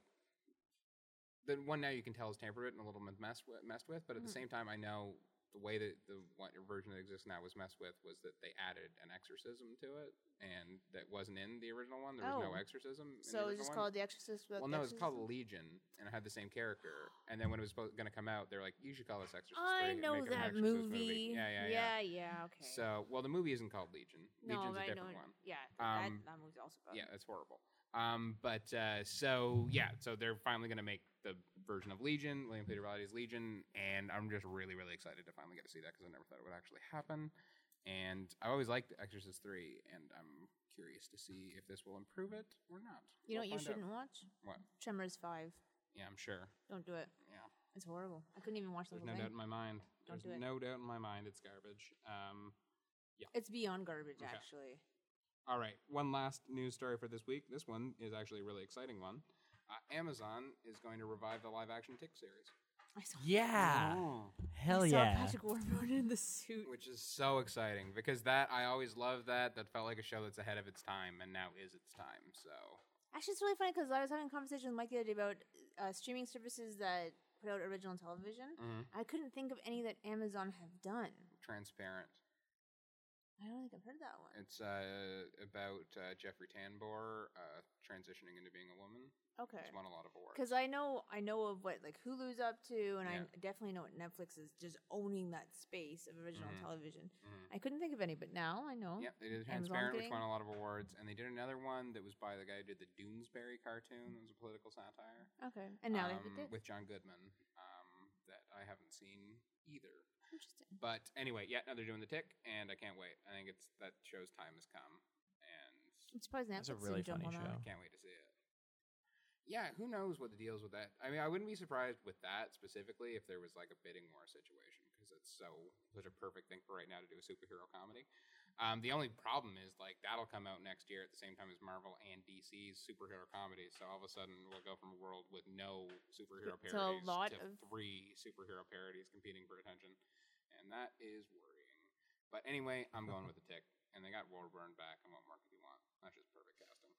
the one now you can tell is tampered with and a little bit messed with, messed with. But at Mhm. the same time, I know the way that the what version that exists now was messed with was that they added an exorcism to it, and that wasn't in the original one. There was Oh. no exorcism. In the so it's original just one. called The Exorcist. without Well, the no, it's exorcism? called Legion, and it had the same character. And then when it was going to come out, they're like, "You should call this Exorcist." I 3 and know make it an that Exorcist movie. Yeah, yeah, yeah. yeah, yeah, Okay. So, well, the movie isn't called Legion. no, Legion's but a I know. it- different one. Yeah, Um, that, that movie's also about. Yeah, that's horrible. Um, but uh, so yeah, so they're finally going to make the version of Legion, William Peter Blatty's Legion, and I'm just really, really excited to finally get to see that because I never thought it would actually happen. And I always liked Exorcist three, and I'm curious to see if this will improve it or not. You know what you We'll find out. shouldn't watch? What? Tremors Five. Yeah, I'm sure. Don't do it. Yeah. It's horrible. I couldn't even watch the There's whole thing. no doubt in my mind. Don't There's do it. no doubt in my mind it's garbage. Um, It's beyond garbage, Okay. actually. all right, one last news story for this week. This one is actually a really exciting one. Uh, Amazon is going to revive the live action Tick series. I saw. Yeah. Hell (laughs) I saw yeah. Patrick Warburton in the suit. Which is so exciting because that, I always loved that. That felt like a show that's ahead of its time and now is its time. So, Actually, it's really funny because I was having a conversation with Mike the other day about uh, streaming services that put out original television. mhm, I couldn't think of any that Amazon have done. transparent. I don't think I've heard that one. It's uh, about uh, Jeffrey Tambor uh, transitioning into being a woman. Okay. It's won a lot of awards. Because I know I know of what like Hulu's up to, and Yeah. I definitely know what Netflix is just owning that space of original Mhm. television. Mhm. I couldn't think of any, but now I know. Yeah, they did Amazon Transparent, which thing. won a lot of awards, and they did another one that was by the guy who did the Doonesbury cartoon. It was a political satire. Okay, and now um, they did. with John Goodman, um, that I haven't seen either. Interesting. But anyway, yeah, now they're doing the Tick, and I can't wait. I think it's that show's time has come, and I'm surprised Netflix That's a didn't really jump funny on that. show. can't wait to see it. Yeah, who knows what the deals with that? I mean, I wouldn't be surprised with that specifically if there was like a bidding war situation because it's so such a perfect thing for right now to do a superhero comedy. Um, the only problem is like that'll come out next year at the same time as Marvel and DC's superhero comedies. So all of a sudden we'll go from a world with no superhero To a parodies lot to of- three superhero parodies competing for attention, and that is worrying. But anyway, (laughs) I'm going with the tick, and they got Warburton back. And what more could you want? That's just perfect casting.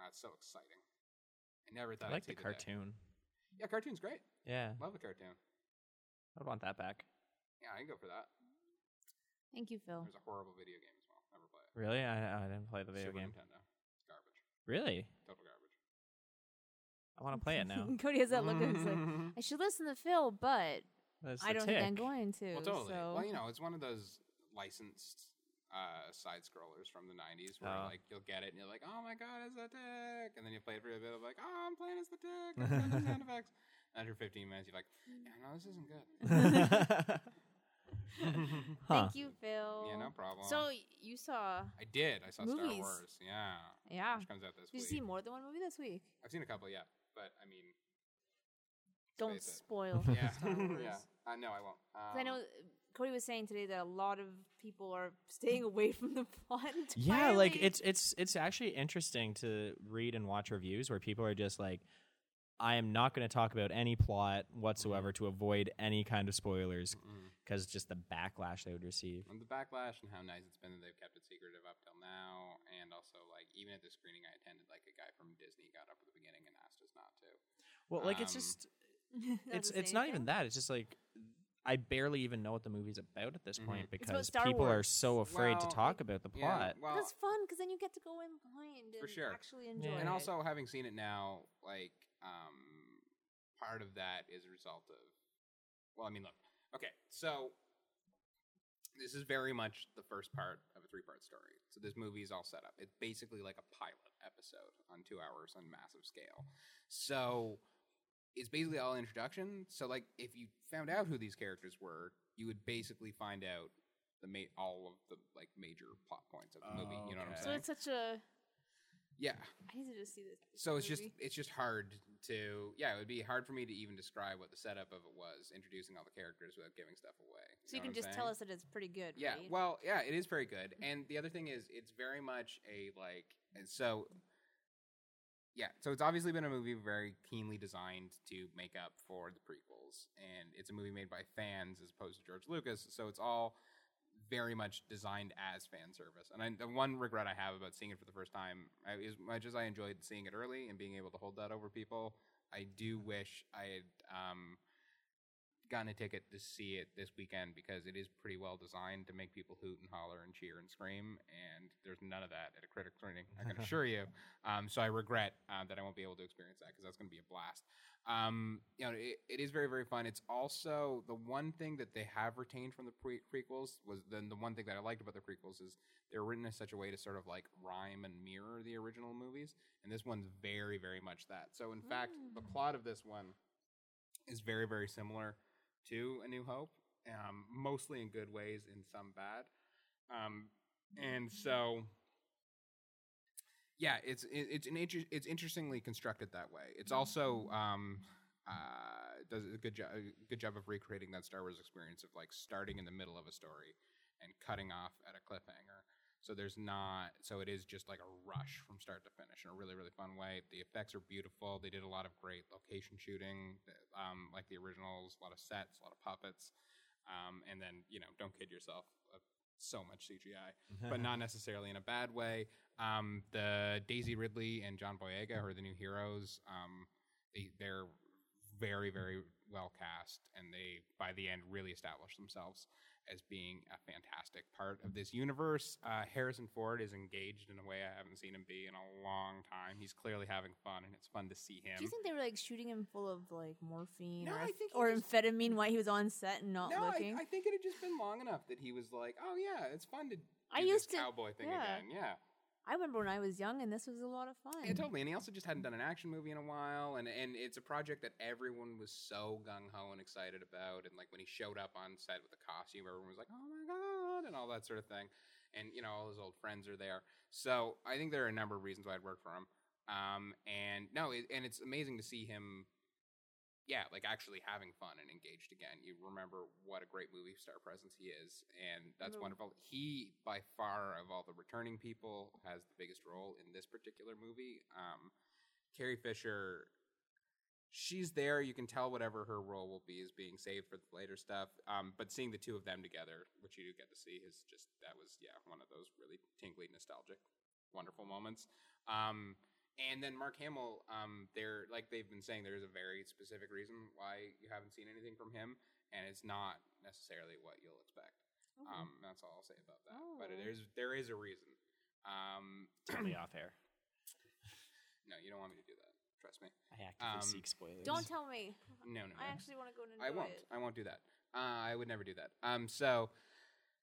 That's so exciting. I never thought I like I'd see the day. cartoon. Yeah, cartoon's great. Yeah, Love the cartoon. I'd want that back. Yeah, I can go for that. Thank you, Phil. There's a horrible video game as well. Never play it. Really? I, I didn't play the video Super game. Nintendo. Garbage. Really? Total garbage. I want to play it (laughs) now. (laughs) Cody has that look. of he's like, I should listen to Phil, but That's I the don't think I'm tick. going to. well, totally. So Well, you know, it's one of those licensed uh, side scrollers from the '90s where Oh. like you'll get it and you're like, "Oh my god, it's the tick!" and then you play it for a bit of like, "Oh, I'm playing as the tick." I'm playing the sound effects. After 15 minutes, you're like, yeah, "No, this isn't good." (laughs) (laughs) thank huh. you, Phil. Yeah, no Oh, problem. So y- you saw, I did. I saw Movies. Star Wars. Yeah, yeah. which comes out this Did you week. see more than one movie this week? I've seen a couple, yeah, but I mean, Don't Space it. spoil (laughs) (laughs) yeah, Star Wars. yeah. Uh, no, I won't. Um, 'Cause I know uh, Cody was saying today that a lot of people are staying away from the plot. (laughs) Yeah, like entirely. it's it's it's actually interesting to read and watch reviews where people are just like, I am not going to talk about any plot whatsoever Mm-hmm. to avoid any kind of spoilers mm. because just the backlash they would receive. And the backlash and how nice it's been that they've kept it secretive up till now, and also like even at the screening I attended, like a guy from Disney got up at the beginning and asked us not to. Well, like it's Um, just Not to it's say it's not anything. even that. It's just like I barely even know what the movie's about at this Mhm. point about because Star people are Wars. so afraid Well, to talk about the plot. well, That's fun because then you get to go in blind and For sure. actually enjoy Yeah. it. and also having seen it now, like um, part of that is a result of. Well, I mean, look. Okay, so This is very much the first part of a three-part story. So this movie is all set up. It's basically like a pilot episode on two hours on massive scale. So it's basically all introduction. So like, if you found out who these characters were, you would basically find out the ma- all of the like major plot points of the movie. You know what I'm So saying? it's such a. yeah. I need to just see this. So it's just movie. it's just hard to yeah, it would be hard for me to even describe what the setup of it was, introducing all the characters without giving stuff away. So you know can what I'm just tell saying? us that it's pretty good. Yeah, Right? well, yeah, it is very good. And the other thing is it's very much a like and so yeah, so it's obviously been a movie very keenly designed to make up for the prequels and it's a movie made by fans as opposed to George Lucas, so it's all very much designed as fan service. And I, the one regret I have about seeing it for the first time, I, as much as I enjoyed seeing it early and being able to hold that over people, I do wish I had um, gotten a ticket to see it this weekend because it is pretty well designed to make people hoot and holler and cheer and scream. And there's none of that at a critic screening, I can assure you. Um, so I regret uh, that I won't be able to experience that because that's going to be a blast. Um, you know, it, it is very, very fun. It's also the one thing that they have retained from the pre- prequels was then the one thing that I liked about the prequels is they're written in such a way to sort of like rhyme and mirror the original movies. And this one's very, very much that. So, in fact, the plot of this one is very, very similar to A New Hope, um, mostly in good ways and some bad. Um, and so yeah it's it, it's an inter- it's interestingly constructed that way it's also um uh does a good job good job of recreating that star wars experience of like starting in the middle of a story and cutting off at a cliffhanger so there's not so it is just like a rush from start to finish in a really really fun way the effects are beautiful they did a lot of great location shooting um like the originals a lot of sets a lot of puppets um and then you know don't kid yourself uh, so much cgi but (clears throat) not necessarily in a bad way. Um, the Daisy Ridley and John Boyega are the new heroes. Um, they, they're very, very well cast, and they by the end really establish themselves as being a fantastic part of this universe. Uh, Harrison Ford is engaged in a way I haven't seen him be in a long time. He's clearly having fun, and it's fun to see him. Do you think they were like shooting him full of like morphine No, or, I amph- think he or just- amphetamine while he was on set and not no, looking? I, I think it had just been long enough that he was like, "Oh yeah, it's fun to." Do I this used to- cowboy thing yeah. again, yeah. I remember when I was young, and this was a lot of fun. Yeah, totally. And he also just hadn't done an action movie in a while, and and it's a project that everyone was so gung ho and excited about. And like when he showed up on set with the costume, everyone was like, "Oh my god!" and all that sort of thing. And you know, all his old friends are there. So I think there are a number of reasons why I'd work for him. Um, and no, it, and it's amazing to see him. Yeah, like actually having fun and engaged again. You remember what a great movie star presence he is, and that's Remember- wonderful. He, by far of all the returning people, has the biggest role in this particular movie. Um, Carrie Fisher, she's there. You can tell whatever her role will be is being saved for the later stuff. Um, but seeing the two of them together, which you do get to see, is just that was yeah one of those really tingly, nostalgic, wonderful moments. Um, and then Mark Hamill, um, they're like they've been saying, there's a very specific reason why you haven't seen anything from him, and it's not necessarily what you'll expect. Okay. Um, that's all I'll say about that. But Mm-hmm. Oh. there's there is a reason. Um, Tell me off air. no, you don't want me to do that. Trust me. I actively Um, seek spoilers. Don't tell me. No, no. no. I actually want to go and enjoy I won't. it. I won't do that. Uh, I would never do that. Um, so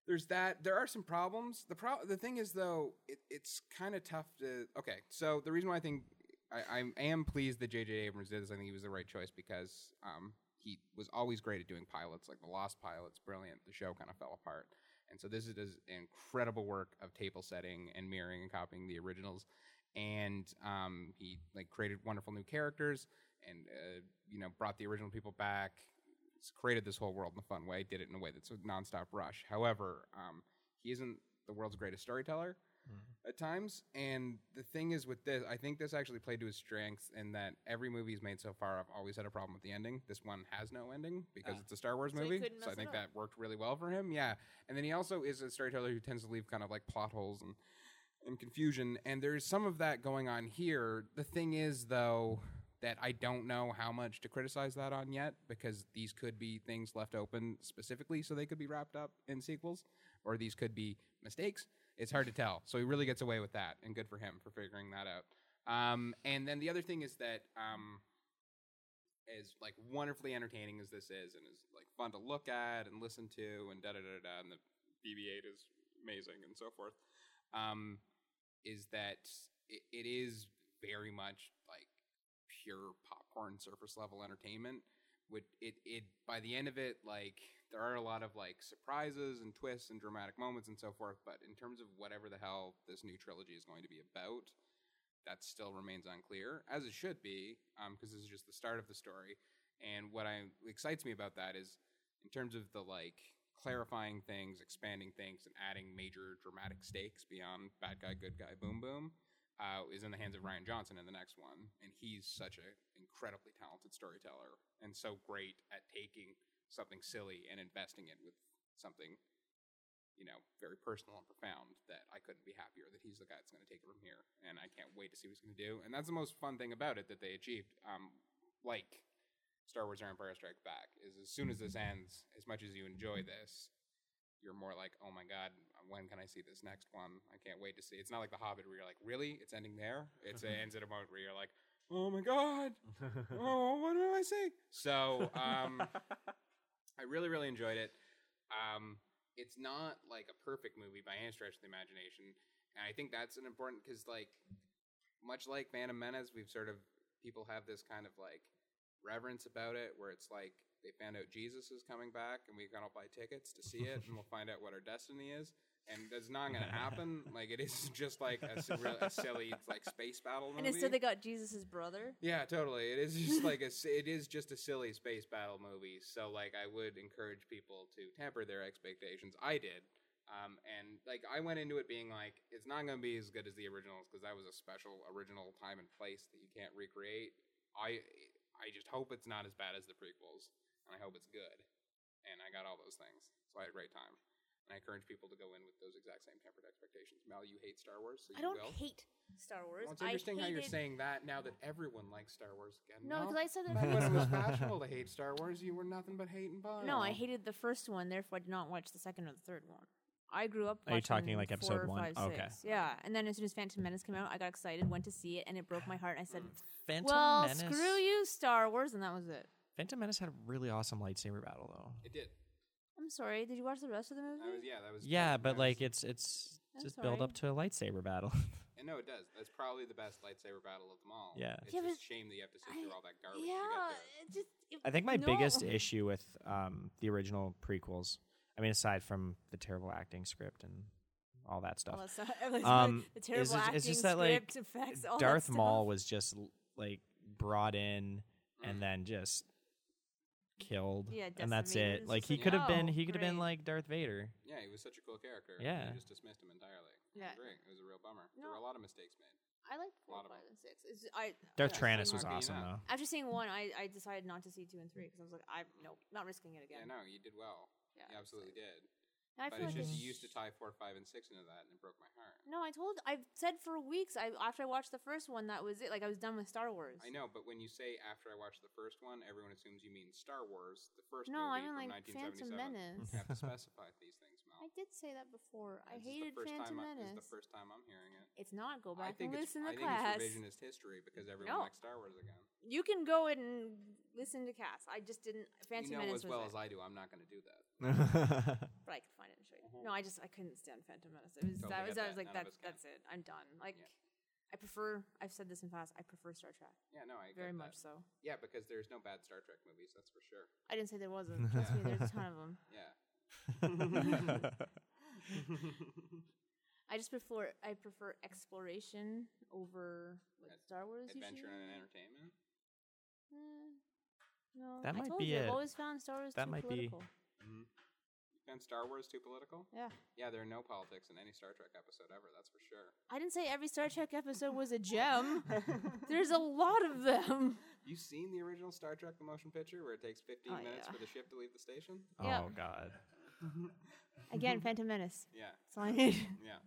there's that. There are some problems. The pro- The thing is, though, it, it's kind of tough to. Okay, so the reason why I think I, I am pleased that J.J. Abrams did this, I think he was the right choice because um, he was always great at doing pilots. Like the Lost Pilot's brilliant. The show kind of fell apart, and so this is is incredible work of table setting and mirroring and copying the originals. And um, he like created wonderful new characters and uh, you know brought the original people back s- created this whole world in a fun way, did it in a way that's a nonstop rush. However, um, he isn't the world's greatest storyteller at times. And the thing is with this, I think this actually played to his strengths in that every movie he's made so far, I've always had a problem with the ending. This one has no ending because Ah. it's a Star Wars So he movie. couldn't So I mess it think up. that worked really well for him. Yeah. And then he also is a storyteller who tends to leave kind of like plot holes and and confusion. And there's some of that going on here. The thing is, though, that I don't know how much to criticize that on yet because these could be things left open specifically so they could be wrapped up in sequels, or these could be mistakes. It's hard to tell. So he really gets away with that, and good for him for figuring that out. Um, and then the other thing is that. Um, as like wonderfully entertaining as this is and is like fun to look at and listen to and da da da da and the BB-8 is amazing and so forth, um, is that it, it is very much like pure popcorn surface level entertainment. Would it it by the end of it like there are a lot of like surprises and twists and dramatic moments and so forth, but in terms of whatever the hell this new trilogy is going to be about, that still remains unclear, as it should be, because this is just the start of the story. And what I excites me about that is, in terms of the like clarifying things, expanding things, and adding major dramatic stakes beyond bad guy, good guy, boom boom, uh, is in the hands of Ryan Johnson in the next one. And he's such an incredibly talented storyteller and so great at taking something silly and investing it with something, you know, very personal and profound that I couldn't be happier that he's the guy that's going to take it from here. And I can't wait to see what he's going to do. And that's the most fun thing about it that they achieved. Um, like Star Wars Empire Strikes Back is as soon as this ends, as much as you enjoy this, you're more like, oh my god, when can I see this next one? I can't wait to see. It's not like The Hobbit where you're like, really, it's ending there. It's it ends at a moment where you're like, oh my god, (laughs) oh, what do I see? So um, I really, really enjoyed it. Um, it's not like a perfect movie by any stretch of the imagination, and I think that's an important because like much like Phantom Menace, we've sort of people have this kind of like reverence about it where it's like they found out Jesus is coming back and we're gonna buy tickets to see it and we'll find out what our destiny is. And that's not gonna happen. Like it is just like a, s- real- a silly like space battle movie. And instead, they got Jesus' brother. (laughs) Yeah, totally. It is just like a, (laughs) s- it is just a silly space battle movie. So like, I would encourage people to temper their expectations. I did, um, and like I went into it being like, it's not going to be as good as the originals because that was a special original time and place that you can't recreate. I I just hope it's not as bad as the prequels, and I hope it's good. And I got all those things, so I had a great time. And I encourage people to go in with those exact same tempered expectations. Mel, you hate Star Wars, so I you don't will. hate Star Wars. Well, it's I interesting how you're hated- saying that now that everyone likes Star Wars again. No, because I said that. Back when it I was fashionable to hate Star Wars, you were nothing but hating Bono. hated- (laughs) no, I hated the first one. Therefore, I did not watch the second or the third one. I grew up. Are you watching talking, like, four episode or one? five, Okay. six. Yeah, and then as soon as Phantom Menace came out, I got excited, went to see it, and it broke my heart. I said, Mm. Phantom "Well, Menace. screw you, Star Wars," and that was it. Phantom Menace had a really awesome lightsaber battle though. It did. I'm sorry. Did you watch the rest of the movie? That was, yeah, that was. Yeah, that but was- like it's it's I'm just build sorry. up to a (laughs) lightsaber battle. And no, it does. That's probably the best lightsaber battle of them all. Yeah. It's Yeah, just but a shame that you have to sit I- through all that garbage. to yeah, get there. it just. It, I think my no. biggest issue with um, the original prequels, I mean, aside from the terrible acting script and all that stuff, Well, that's (laughs) not- that's Um, the is terrible it- acting it's just that, like, script effects, all that Darth stuff. Maul was just l- like brought in Mm. and then just killed, Yeah, and that's decimated. It's it. Like just he like, could have been, oh, he could have been great. like Darth Vader. Yeah, he was such a cool character. Yeah. You just dismissed him entirely. Yeah. I agree. It was a real bummer. There No. were a lot of mistakes made. I like four, Lot of five, them. and six. It's, I, Darth yeah, Tranus I'm was not- awesome knocking it out. though. After seeing one, I, I decided not to see two and three because I was like, I'm nope, not risking it Yeah, again. no, you did well. Yeah, you absolutely did. I but feel it's like just it's- you used to tie four, five, and six into that, and it broke my heart. No, I told. I've said for weeks. I after I watched the first one, that was it. Like I was done with Star Wars. I know, but when you say after I watched the first one, everyone assumes you mean Star Wars, the first No, I mean movie from like Phantom 1977. Menace. You have to specify these things, I Mel. did say that before. I This is the hated first Phantom time I- Menace. This is the first time I'm hearing it. It's not. Go I back and think it's, listen to I think class. it's revisionist history because No. everyone likes Star Wars again. You can go and listen to Cass. I just didn't. Phantom you know Menace as well was as it, I do, I'm not going to do that. (laughs) (laughs) but I could find it and show you. Mm-hmm. No, I just I couldn't stand Phantom Menace. It was Totally that was get I was that. like None that's of us can. that's it. I'm done. Like Yeah. I prefer. I've said this in class. I prefer Star Trek Yeah, no, I get very that. much so. Yeah, because there's no bad Star Trek movies, that's for sure. I didn't say there (laughs) wasn't. Trust me, there's a ton of them. Yeah. (laughs) (laughs) I just prefer I prefer exploration over what Ad- Star Wars. Adventure usually and is. entertainment. Eh, no, That I might told be you, I've it. always found Star Wars That too might be- political. You found Star Wars too political? Yeah, Yeah, there are no politics in any Star Trek episode ever, that's for sure. I didn't say every Star Trek episode was a (laughs) gem. (laughs) There's a lot of them. You seen the original Star Trek the motion picture where it takes 15 Oh, minutes yeah. for the ship to leave the station? Yeah. Oh God. (laughs) (laughs) Again, Phantom Menace. Yeah. That's all (laughs) I need. That's Yeah.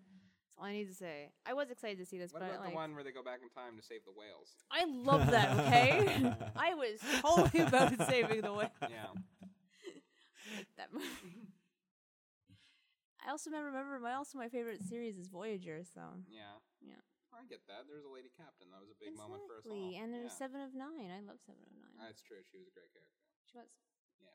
all I need to say. I was excited to see this, What but about like, the one where they go back in time to save the whales? I love that. Okay, I was totally about saving the way Yeah. that movie. I also remember, remember my also my favorite series is Voyager. So Yeah. Yeah. I get that. There's a lady captain. That was a big moment for us all. Exactly. And there's yeah. Ah, Seven of Nine. I love Seven of Nine. That's true. She was a great character. she was Yeah.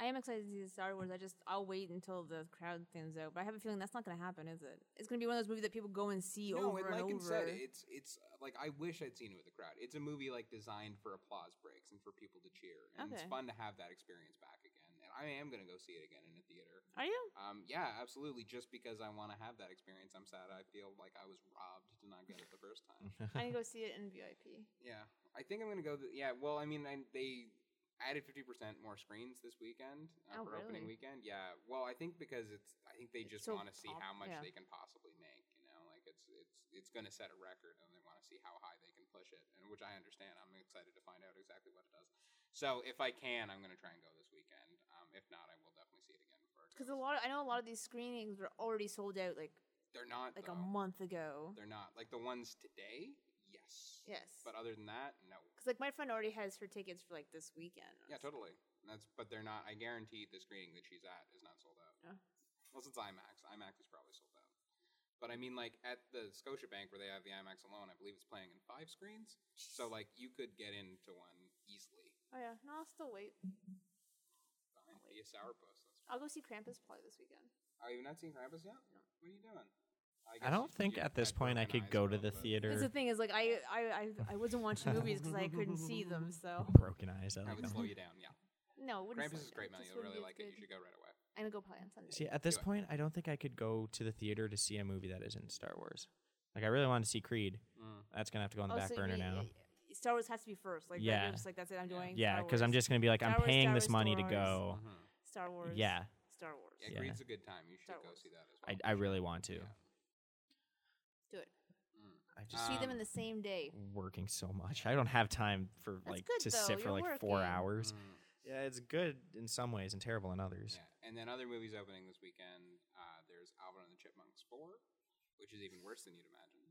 I am excited to see the Star Wars. I just I'll wait until the crowd thins out. But I have a feeling that's not going to happen, is it? It's going to be one of those movies that people go and see no, over and and, like over. I said, it's it's uh, like I wish I'd seen it with the crowd. It's a movie like designed for applause breaks and for people to cheer, and Okay. it's fun to have that experience back again. And I am gonna go see it again in a theater. Are you? Um, yeah, absolutely. Just because I want to have that experience, I'm sad. I feel like I was robbed to not get it the (laughs) first time. I need to go see it in VIP. yeah, I think I'm gonna go. Th- yeah, well, I mean, I, they added 50% more screens this weekend uh, Oh, for opening really? weekend. Yeah, well, I think because it's, I think they It's just so want to see pop- how much yeah. they can possibly make. You know, like it's it's it's gonna set a record, and they want to see how high they can push it, and which I understand. I'm excited to find out exactly what it does. So if I can, I'm gonna try and go this weekend. Um, if not, I will definitely see it again before. it Because a goes. lot, of, I know a lot of these screenings were already sold out like they're not like a though. month ago. Oh. They're not like the ones today. Yes. Yes, But other than that, no. because like my friend already has her tickets for like this weekend. Yeah, totally. That's but they're not. I guarantee the screening that she's at is not sold out. Yeah. Unless it's IMAX. IMAX is probably sold out. But I mean, like at the Scotiabank where they have the IMAX alone, I believe it's playing in five screens. So like you could get into one easily. Oh yeah, no, I'll still wait. Fine. Be a sourpuss. That's I'll go see Krampus probably this weekend. Are you not seeing Krampus yet? What are you doing? I guess don't you- think you- at this I'd point I broken could eyes go for to it, the but- Because the theater. thing is, like, I I I, I wasn't (laughs) watching movies because I couldn't see them. So (laughs) Broken eyes. I I like would that slow one. you down. Yeah, no, it wouldn't slow Krampus is down. great, It man. just You'll wouldn't be really as like it. You good. should go right away. I'm gonna go play on Sunday. See, at this Do it. point, I don't think I could go to the theater to see a movie that isn't Star Wars. Like, I really want to see Creed. Mm-hmm. That's gonna have to go on the Oh, back so burner you- now. y- y- Star Wars has to be first. Like, yeah, Yeah. you're just like that's it. I'm Yeah. doing. Yeah, because because I'm just gonna be like, Star I'm Wars, paying Star this Wars, money Star to go. Wars. Mhm. Star Wars. Yeah, Star Wars. Yeah, Yeah. Creed's a good time. You should Star go Wars. see that as well. I, I really want to. Yeah. Do it. I just Just see them in Um, the same day. working so much. I don't have time for That's like good, to though. sit for You're like four working. hours. Mm. Yeah, it's good in some ways and terrible in others. Yeah, and then other movies opening this weekend. Uh, there's Alvin and the Chipmunks four, which is even worse than you'd imagine.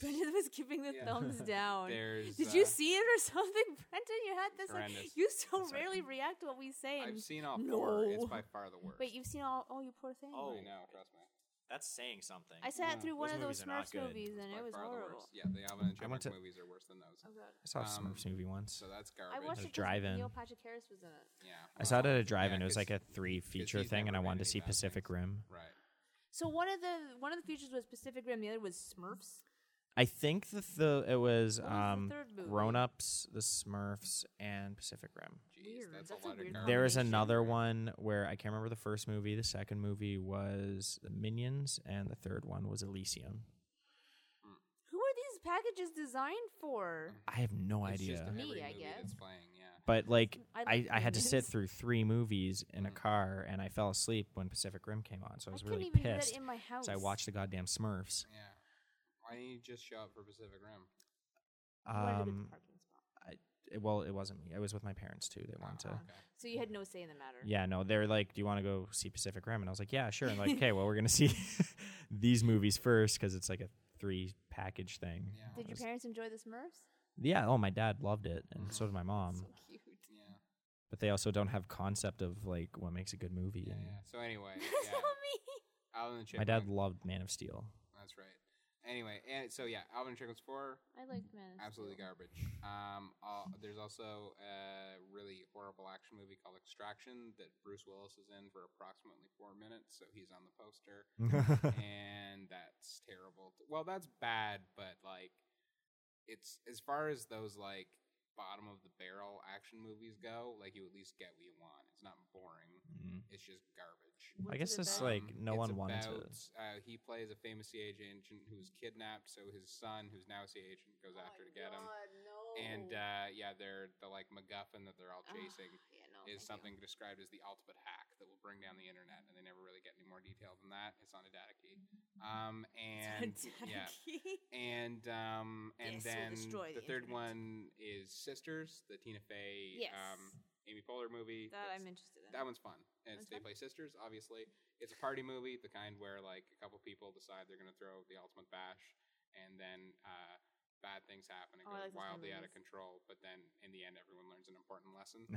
(laughs) Brendan was keeping the Yeah. (laughs) thumbs down. there's. Did you uh, see it or (laughs) something, Brendan? You had this. Like, horrendous. you so That's right. rarely react to what we say. And I've seen all four. It's No. by far the worst. wait, you've seen all? Oh, you poor thing. Oh. I know. Trust me. That's saying something. I sat Yeah. through one Those of those movies are not Smurfs good. movies, It's and by it was far the horrible. worst. Yeah, the Alvin and I the went Chipmunks to- movies are worse than those. Oh god. saw a um, Smurfs movie once. So that's I garbage. watched There's it. 'cause drive-in. Neil Patrick Harris was in it. Yeah. I saw it at Oh, Yeah, a drive-in. it was 'cause- like a three feature he's thing, never and I made wanted to any see bad things. Pacific Rim. Right. So one of the one of the features was Pacific Rim. The other was Smurfs. I think that the it was, What was the um, third movie? Grown-ups, The Smurfs, and Pacific Rim. Jeez, Weird. That's, That's a a lot of weird garbage. There was Combination, another one where I can't remember the first movie. The second movie was The Minions, and the third one was Elysium. Who are these packages designed for? I have no It's idea. just every Me, I movie guess. That's playing. Yeah. But like I I, like I, had to sit Minions. through three movies in Mm-hmm. a car and I fell asleep when Pacific Rim came on, so I was couldn't really even do pissed. that in my house. So I watched the goddamn Smurfs. Yeah. Why didn't you just show up for Pacific Rim? I wanted to go to the Um, parking spot. it- well, it wasn't me. I was with my parents too. They wanted to. Uh-huh. Oh, okay. So you had no say in the matter. Yeah, no, they're like, "Do you want to go see Pacific Rim?" And I was like, "Yeah, sure." (laughs) And like, "Okay, well, we're gonna see (laughs) these movies first because it's like a three package thing." Yeah. Did your It was- parents enjoy the Smurfs? Yeah. Oh, my dad loved it, and so did my mom. so cute. Yeah. but they also don't have concept of like what makes a good movie. Yeah, and yeah. So (laughs) anyway, That's yeah, so mean. Alvin and the My dad Chipmunks. loved Man of Steel. (laughs) That's right. Anyway, and so yeah, Alvin and the Chipmunks four, I liked Man. of absolutely Steel. garbage. Um, all, there's also a really horrible action movie called Extraction that Bruce Willis is in for approximately four minutes, so he's on the poster, (laughs) and that's terrible. Well, that's bad, but like, it's as far as those like bottom of the barrel action movies go, like you at least get what you want. It's not boring. Mm. It's just garbage. Um, What's I it guess it's about? like no it's one wanted to. about, Uh, he plays a famous CH agent who's kidnapped, so his son, who's now a CH agent, goes Oh my after to get him. God, No. And uh, yeah, they're the like MacGuffin that they're all Ah, chasing yeah, no, thank you. is something (laughs) described as the ultimate hack that will bring down the internet, and they never really get any more detail than that. It's on a data key. (laughs) Um, and yeah, Tacky. and um, and This will then destroy the, the third internet. one is Sisters, the Tina Fey, Yes. um, Amy Poehler (laughs) movie. that that's- I'm interested in. that one's fun. And it's One's they fun? play sisters, obviously. It's a party movie, the kind where like a couple people decide they're gonna throw the ultimate bash, and then uh, bad things happen and Oh, go I like those kind of wildly out of movies. control. But then in the end, everyone learns an important lesson.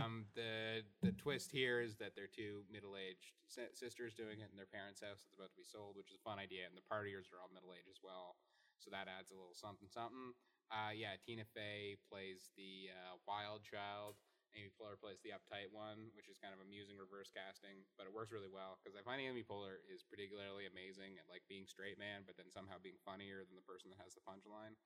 um, the the twist here is that they're two middle aged si- sisters doing it in their parents' house that's about to be sold, which is a fun idea. And the partiers are all middle aged as well, so that adds a little something something. Uh, yeah, Tina Fey plays the uh, wild child, Amy Poehler plays the uptight one, which is kind of amusing reverse casting, but it works really well because I find Amy Poehler is particularly amazing at like being straight man, but then somehow being funnier than the person that has the punchline.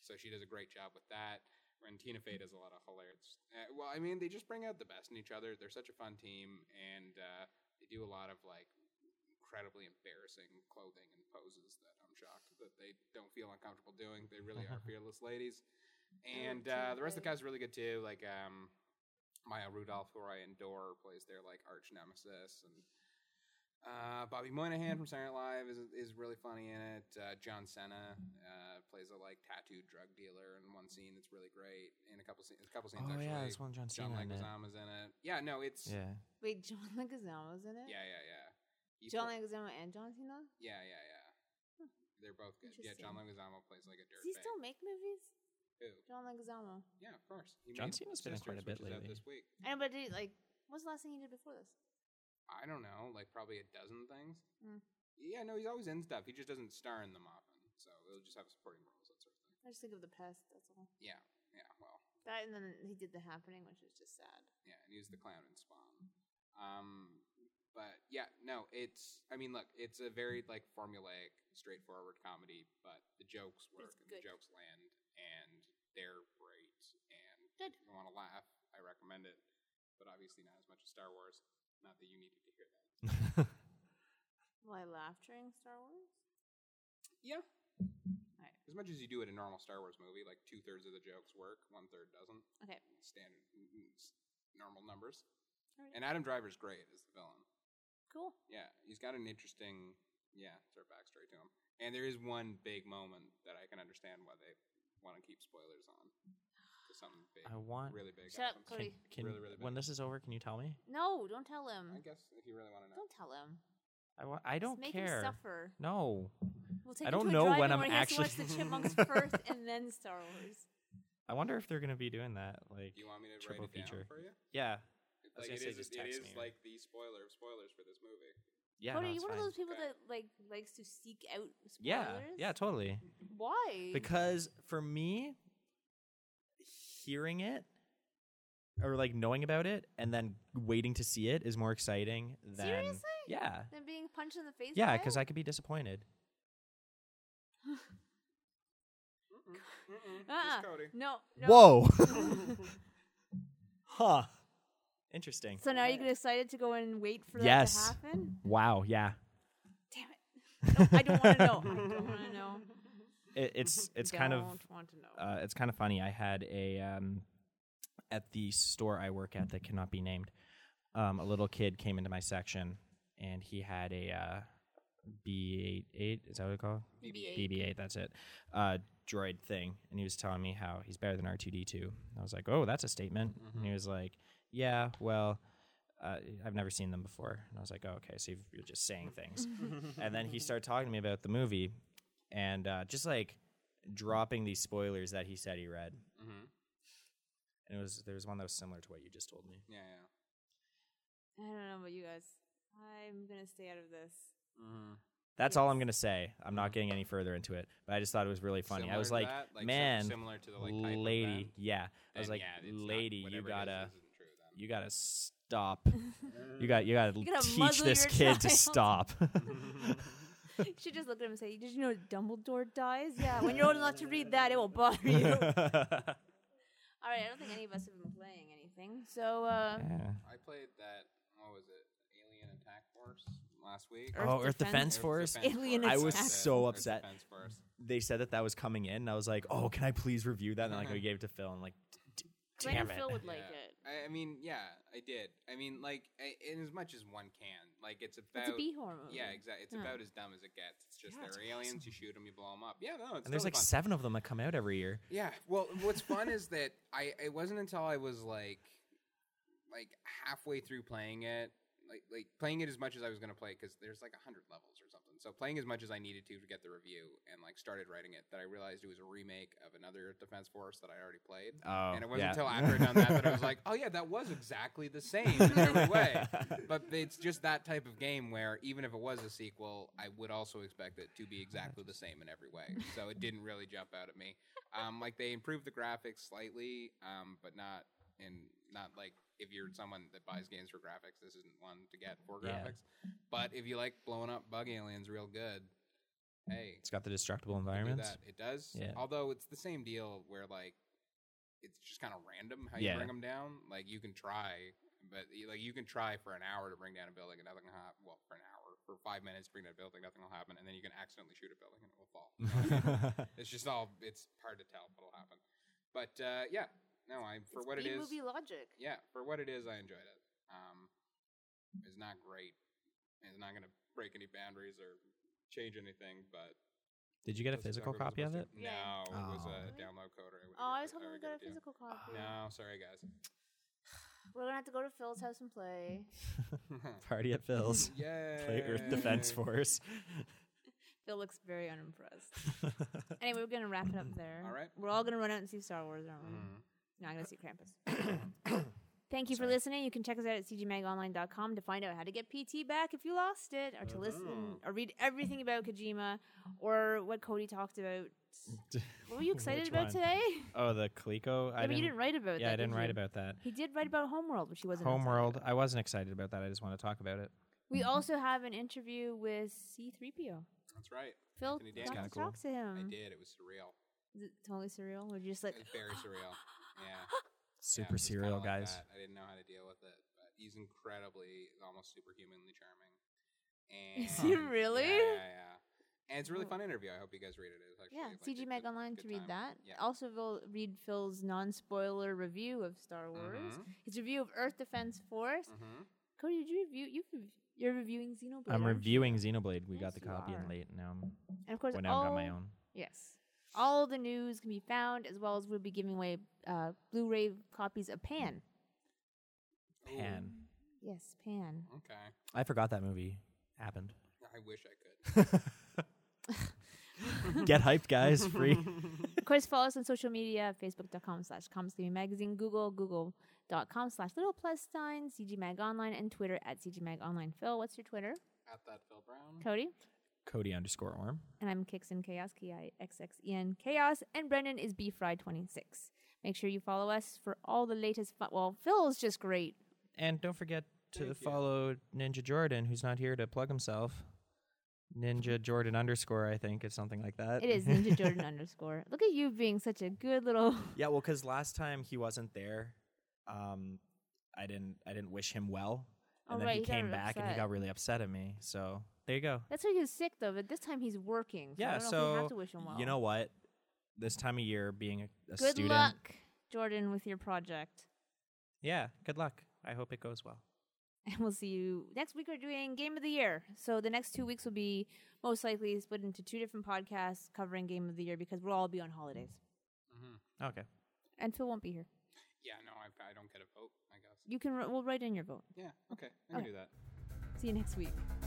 So she does a great job with that. And Tina Fey does a lot of hilarious. Uh, well, I mean, they just bring out the best in each other. They're such a fun team, and uh, they do a lot of like incredibly embarrassing clothing and poses that I'm shocked that they don't feel uncomfortable doing. They really are fearless ladies. And Tina uh, the rest of the Fey. cast is really good too. Like um, Maya Rudolph, who I adore, plays their like arch nemesis, and uh, Bobby Moynihan from Saturday Night Live is is really funny in it. Uh, John Cena uh, plays a like tattooed drug dealer in one scene. It's really great. In a couple scenes, a couple (laughs) scenes Oh actually. yeah, that's one John John Cena. in it. Leguizamo's in it. Yeah, no, it's (laughs) Yeah. Wait, John Leguizamo's in it. yeah, yeah, yeah. He's John pl- Leguizamo and John Cena. Yeah, yeah, yeah. They're both good. Yeah, John Leguizamo plays like a Does dirt. he still make movies? Who? John Leguizamo. Yeah, of course. He John made Cena's been in quite a bit Sisters, which is out lately. This week, I know, but did he, like, what's the last thing he did before this? I don't know, like probably a dozen things. Mm. Yeah, no, he's always in stuff. He just doesn't star in them often, so he'll just have supporting roles, that sort of thing. I just think of the pest. That's all. Yeah, yeah. Well, That and then he did the happening, which was just sad. Yeah, and he was the clown in Spawn. Um, but yeah, no, it's. I mean, look, it's a very like formulaic, straightforward comedy, but the jokes But work it's and good. the jokes land, and they're great. And Good. if you want to laugh, I recommend it. But obviously, not as much as Star Wars. Not that you needed to hear that. Well, I laughed during Star Wars. Yeah. Alright. As much as you do at a normal Star Wars movie, like two thirds of the jokes work, one third doesn't. Okay. Standard, n- n- s- normal numbers. Alright. And Adam Driver's great as the villain. Cool. Yeah, he's got an interesting, yeah, sort of backstory to him. And there is one big moment that I can understand why they want to keep spoilers on. To something big, I want. really big. Shut up, happens. Can, Cody. can Really, really bad. when this is over, can you tell me? No, don't tell I him. guess if you really want to know. Don't tell him. I wa- I don't Just make care. him suffer. No, We'll take I him to a don't know when drive-in where he I'm has to watch actually- the Chipmunks first and then Star Wars. I wonder if they're gonna be doing that. Like, Do you want me to Triple write it feature. down for you? yeah, I was Like gonna it say is, just it text is me or- like the spoiler of spoilers for this movie. yeah. Cody, no, you it's one of fine. those people Okay. that like likes to seek out spoilers. Yeah, yeah, totally. Why? Because for me, hearing it or like knowing about it and then waiting to see it is more exciting than Seriously? yeah, Than being punched in the face. yeah. by Because it? I could be disappointed. Mm-mm, (laughs) mm-mm, Uh-uh. Just Cody. No, no. Whoa. (laughs) huh. Interesting. So now you get excited to go and wait for Yes. that to happen? Wow. Yeah. Damn (laughs) it. No, I don't want to know. I don't want to know. It, it's (laughs) it's kind of Don't want to know. uh, it's kind of funny. I had a um, at the store I work at that cannot be named. Um, a little kid came into my section and he had a uh, B88. Is that what it's called? BB-8. BB8. That's it. Uh, droid thing, and he was telling me how he's better than R2D2. I was like, oh, that's a statement. And he was like, yeah, well. Uh, I've never seen them before, and I was like, oh, "Okay, so you've, you're just saying things." (laughs) and then he started talking to me about the movie, and uh, just like dropping these spoilers that he said he read. Mm-hmm. And it was there was one that was similar to what you just told me. Yeah, yeah. I don't know about you guys. I'm going to stay out of this. (laughs) Mm-hmm. That's all I'm gonna say. I'm not getting any further into it, but I just thought it was really funny. I was like, man, similar to the like type of lady, event, yeah. I was then like, yeah, it's not- lady, you whatever it is gotta, isn't true then. you gotta (laughs) stop. you got, you gotta, gotta teach muzzle this your kid to child. (laughs) stop. (laughs) You should just look at him and say, Did you know Dumbledore dies? Yeah, when you're old enough to read that, it will bother you. (laughs) (laughs) All right, I don't think any of us have been playing anything. So, uh, Yeah. I played that. What was it? Alien Attack Force last week. Earth oh, Earth Defense- Defense Force. Defense Alien Force, I was that's it. so Earth upset. Defense Force. They said that that was coming in, and I was like, oh, can I please review that? And (laughs) then, like we gave it to Phil, and like, d- d- Glenn damn and it. Phil would like Yeah. it. I, I mean, yeah, I did. I mean, like, I, in as much as one can, like, it's about. It's a B horror movie. yeah, exactly. It's Yeah. about as dumb as it gets. It's just Yeah, they're it's aliens. You shoot them, you blow them up. Yeah, no, it's And there's like totally fun. seven of them that come out every year. Yeah. Well, what's fun is that I it wasn't until I was like like halfway through playing it, like like playing it as much as I was going to play cuz there's like 100 levels or something. So playing as much as I needed to to get the review and like started writing it that I realized it was a remake of another Defense Force that I already played. Oh, and it wasn't yeah. until after I'd done that that I (laughs) was like, "Oh yeah, that was exactly the same in every way." But it's just that type of game where even if it was a sequel, I would also expect it to be exactly the same in every way. So it didn't really jump out at me. Um, like they improved the graphics slightly, um, but not in not like if you're someone that buys games for graphics, this isn't one to get for Yeah. graphics. But if you like blowing up bug aliens real good, hey, It's got the destructible you can do environments. that. It does. Yeah. Although it's the same deal where like it's just kind of random how you Yeah. bring them down. Like you can try, but you- like you can try for an hour to bring down a building and nothing will happen. Well, for an hour, for five minutes, bring down a building, nothing will happen, and then you can accidentally shoot a building and it will fall. (laughs) it's just all. It's hard to tell what'll happen. But uh, yeah, no, I for It's what it is. B-movie logic. Yeah, for what it is, I enjoyed it. Um, it's not great. It's not going to break any boundaries or change anything, but Did you get a this is physical not what copy we're of it? Oh. supposed to- Yeah. No, it was a Really? download code. Or would've Oh, I got was it- hoping we would've got a it to you. physical copy. No, (laughs) sorry guys. (laughs) We're gonna have to go to Phil's house and play. (laughs) Party at (laughs) Phil's. Yay! Play Earth Defense (laughs) Force. Phil looks very unimpressed. (laughs) anyway, we're gonna wrap it up there. All right. We're all gonna run out and see Star Wars, aren't we? Mhm. Not gonna see Krampus. Thank you Sorry. for listening. You can check us out at cgmagonline.com to find out how to get PT back if you lost it, or to listen or read everything about Kojima or what Cody talked about. What were you excited (laughs) Which about one? today? Oh, the Coleco. yeah, but you didn't write about Yeah, that. I didn't did write you? about that. He did write about Homeworld, which he wasn't. excited Homeworld. about. I wasn't excited about that. I just want to talk about it. We Mm-hmm. also have an interview with C3PO. That's right. Phil Anthony got Daniels. to talk to I him. did. It was surreal. Is it totally surreal. Or you just like, It was very (laughs) surreal. (gasps) Yeah. Super Yeah, it's kinda serial, like guys. that. I didn't know how to deal with it, but he's incredibly, almost superhumanly charming. And Is (laughs) he really? Yeah, yeah, yeah. And it's a really Oh. fun interview. I hope you guys read it. It's actually, yeah, like, CG it's Mag a Online good to read that. time. Yeah. Also, we'll read Phil's non spoiler review of Star Wars. Mhm. His review of Earth Defense Force. Mhm. Cody, did you review? You rev- you're reviewing Xenoblade. I'm aren't you? reviewing Xenoblade. We Yes, got the you copy in are. late. Now I'm And of course, went out all, and got my own. Yes, all the news can be found, as well as we'll be giving away uh, Blu-ray copies of Mm. Pan. Ooh, Pan. Yes, Pan. Okay. I forgot that movie (laughs) happened. (laughs) I wish I could. Get hyped, guys. Free. (laughs) of course, follow us on social media, facebook.com slash comscreaming magazine, Google, google.com slash little plus sign, CG Mag Online, and Twitter at CG Mag Online. Phil, what's your Twitter? At that Phil Brown. Cody? Cody underscore Orm. And I'm Kixen Chaos, K-I-X-X-E-N E Chaos, and Brendan is BFry26. Make sure you follow us for all the latest, fu- well, Phil's just great. And don't forget to Thank you. follow Ninja Jordan, who's not here to plug himself. (laughs) Ninja Jordan underscore, I think, it's something like that. (laughs) It is Ninja Jordan underscore. Look at you being such a good little... yeah, well, because last time he wasn't there, um, I didn't, I didn't wish him well, Oh, (laughs) and then right, he he got came really back and he upset. got really upset at me. So there you go. That's why he was sick, though, but this time he's working. So I yeah, don't know so if we have to wish him well. you know what? This time of year, being a, a Good student, luck, Jordan, with your project. yeah, good luck. I hope it goes well. (laughs) And we'll see you next week. We're doing Game of the Year. So the next two weeks will be most likely split into two different podcasts covering Game of the Year because we'll all be on holidays. Mhm. Okay. And Phil won't be here. Yeah, no, I, I don't get a vote, I guess. You can, we'll write in your vote. Yeah, okay. I can Okay. do that. See you next week.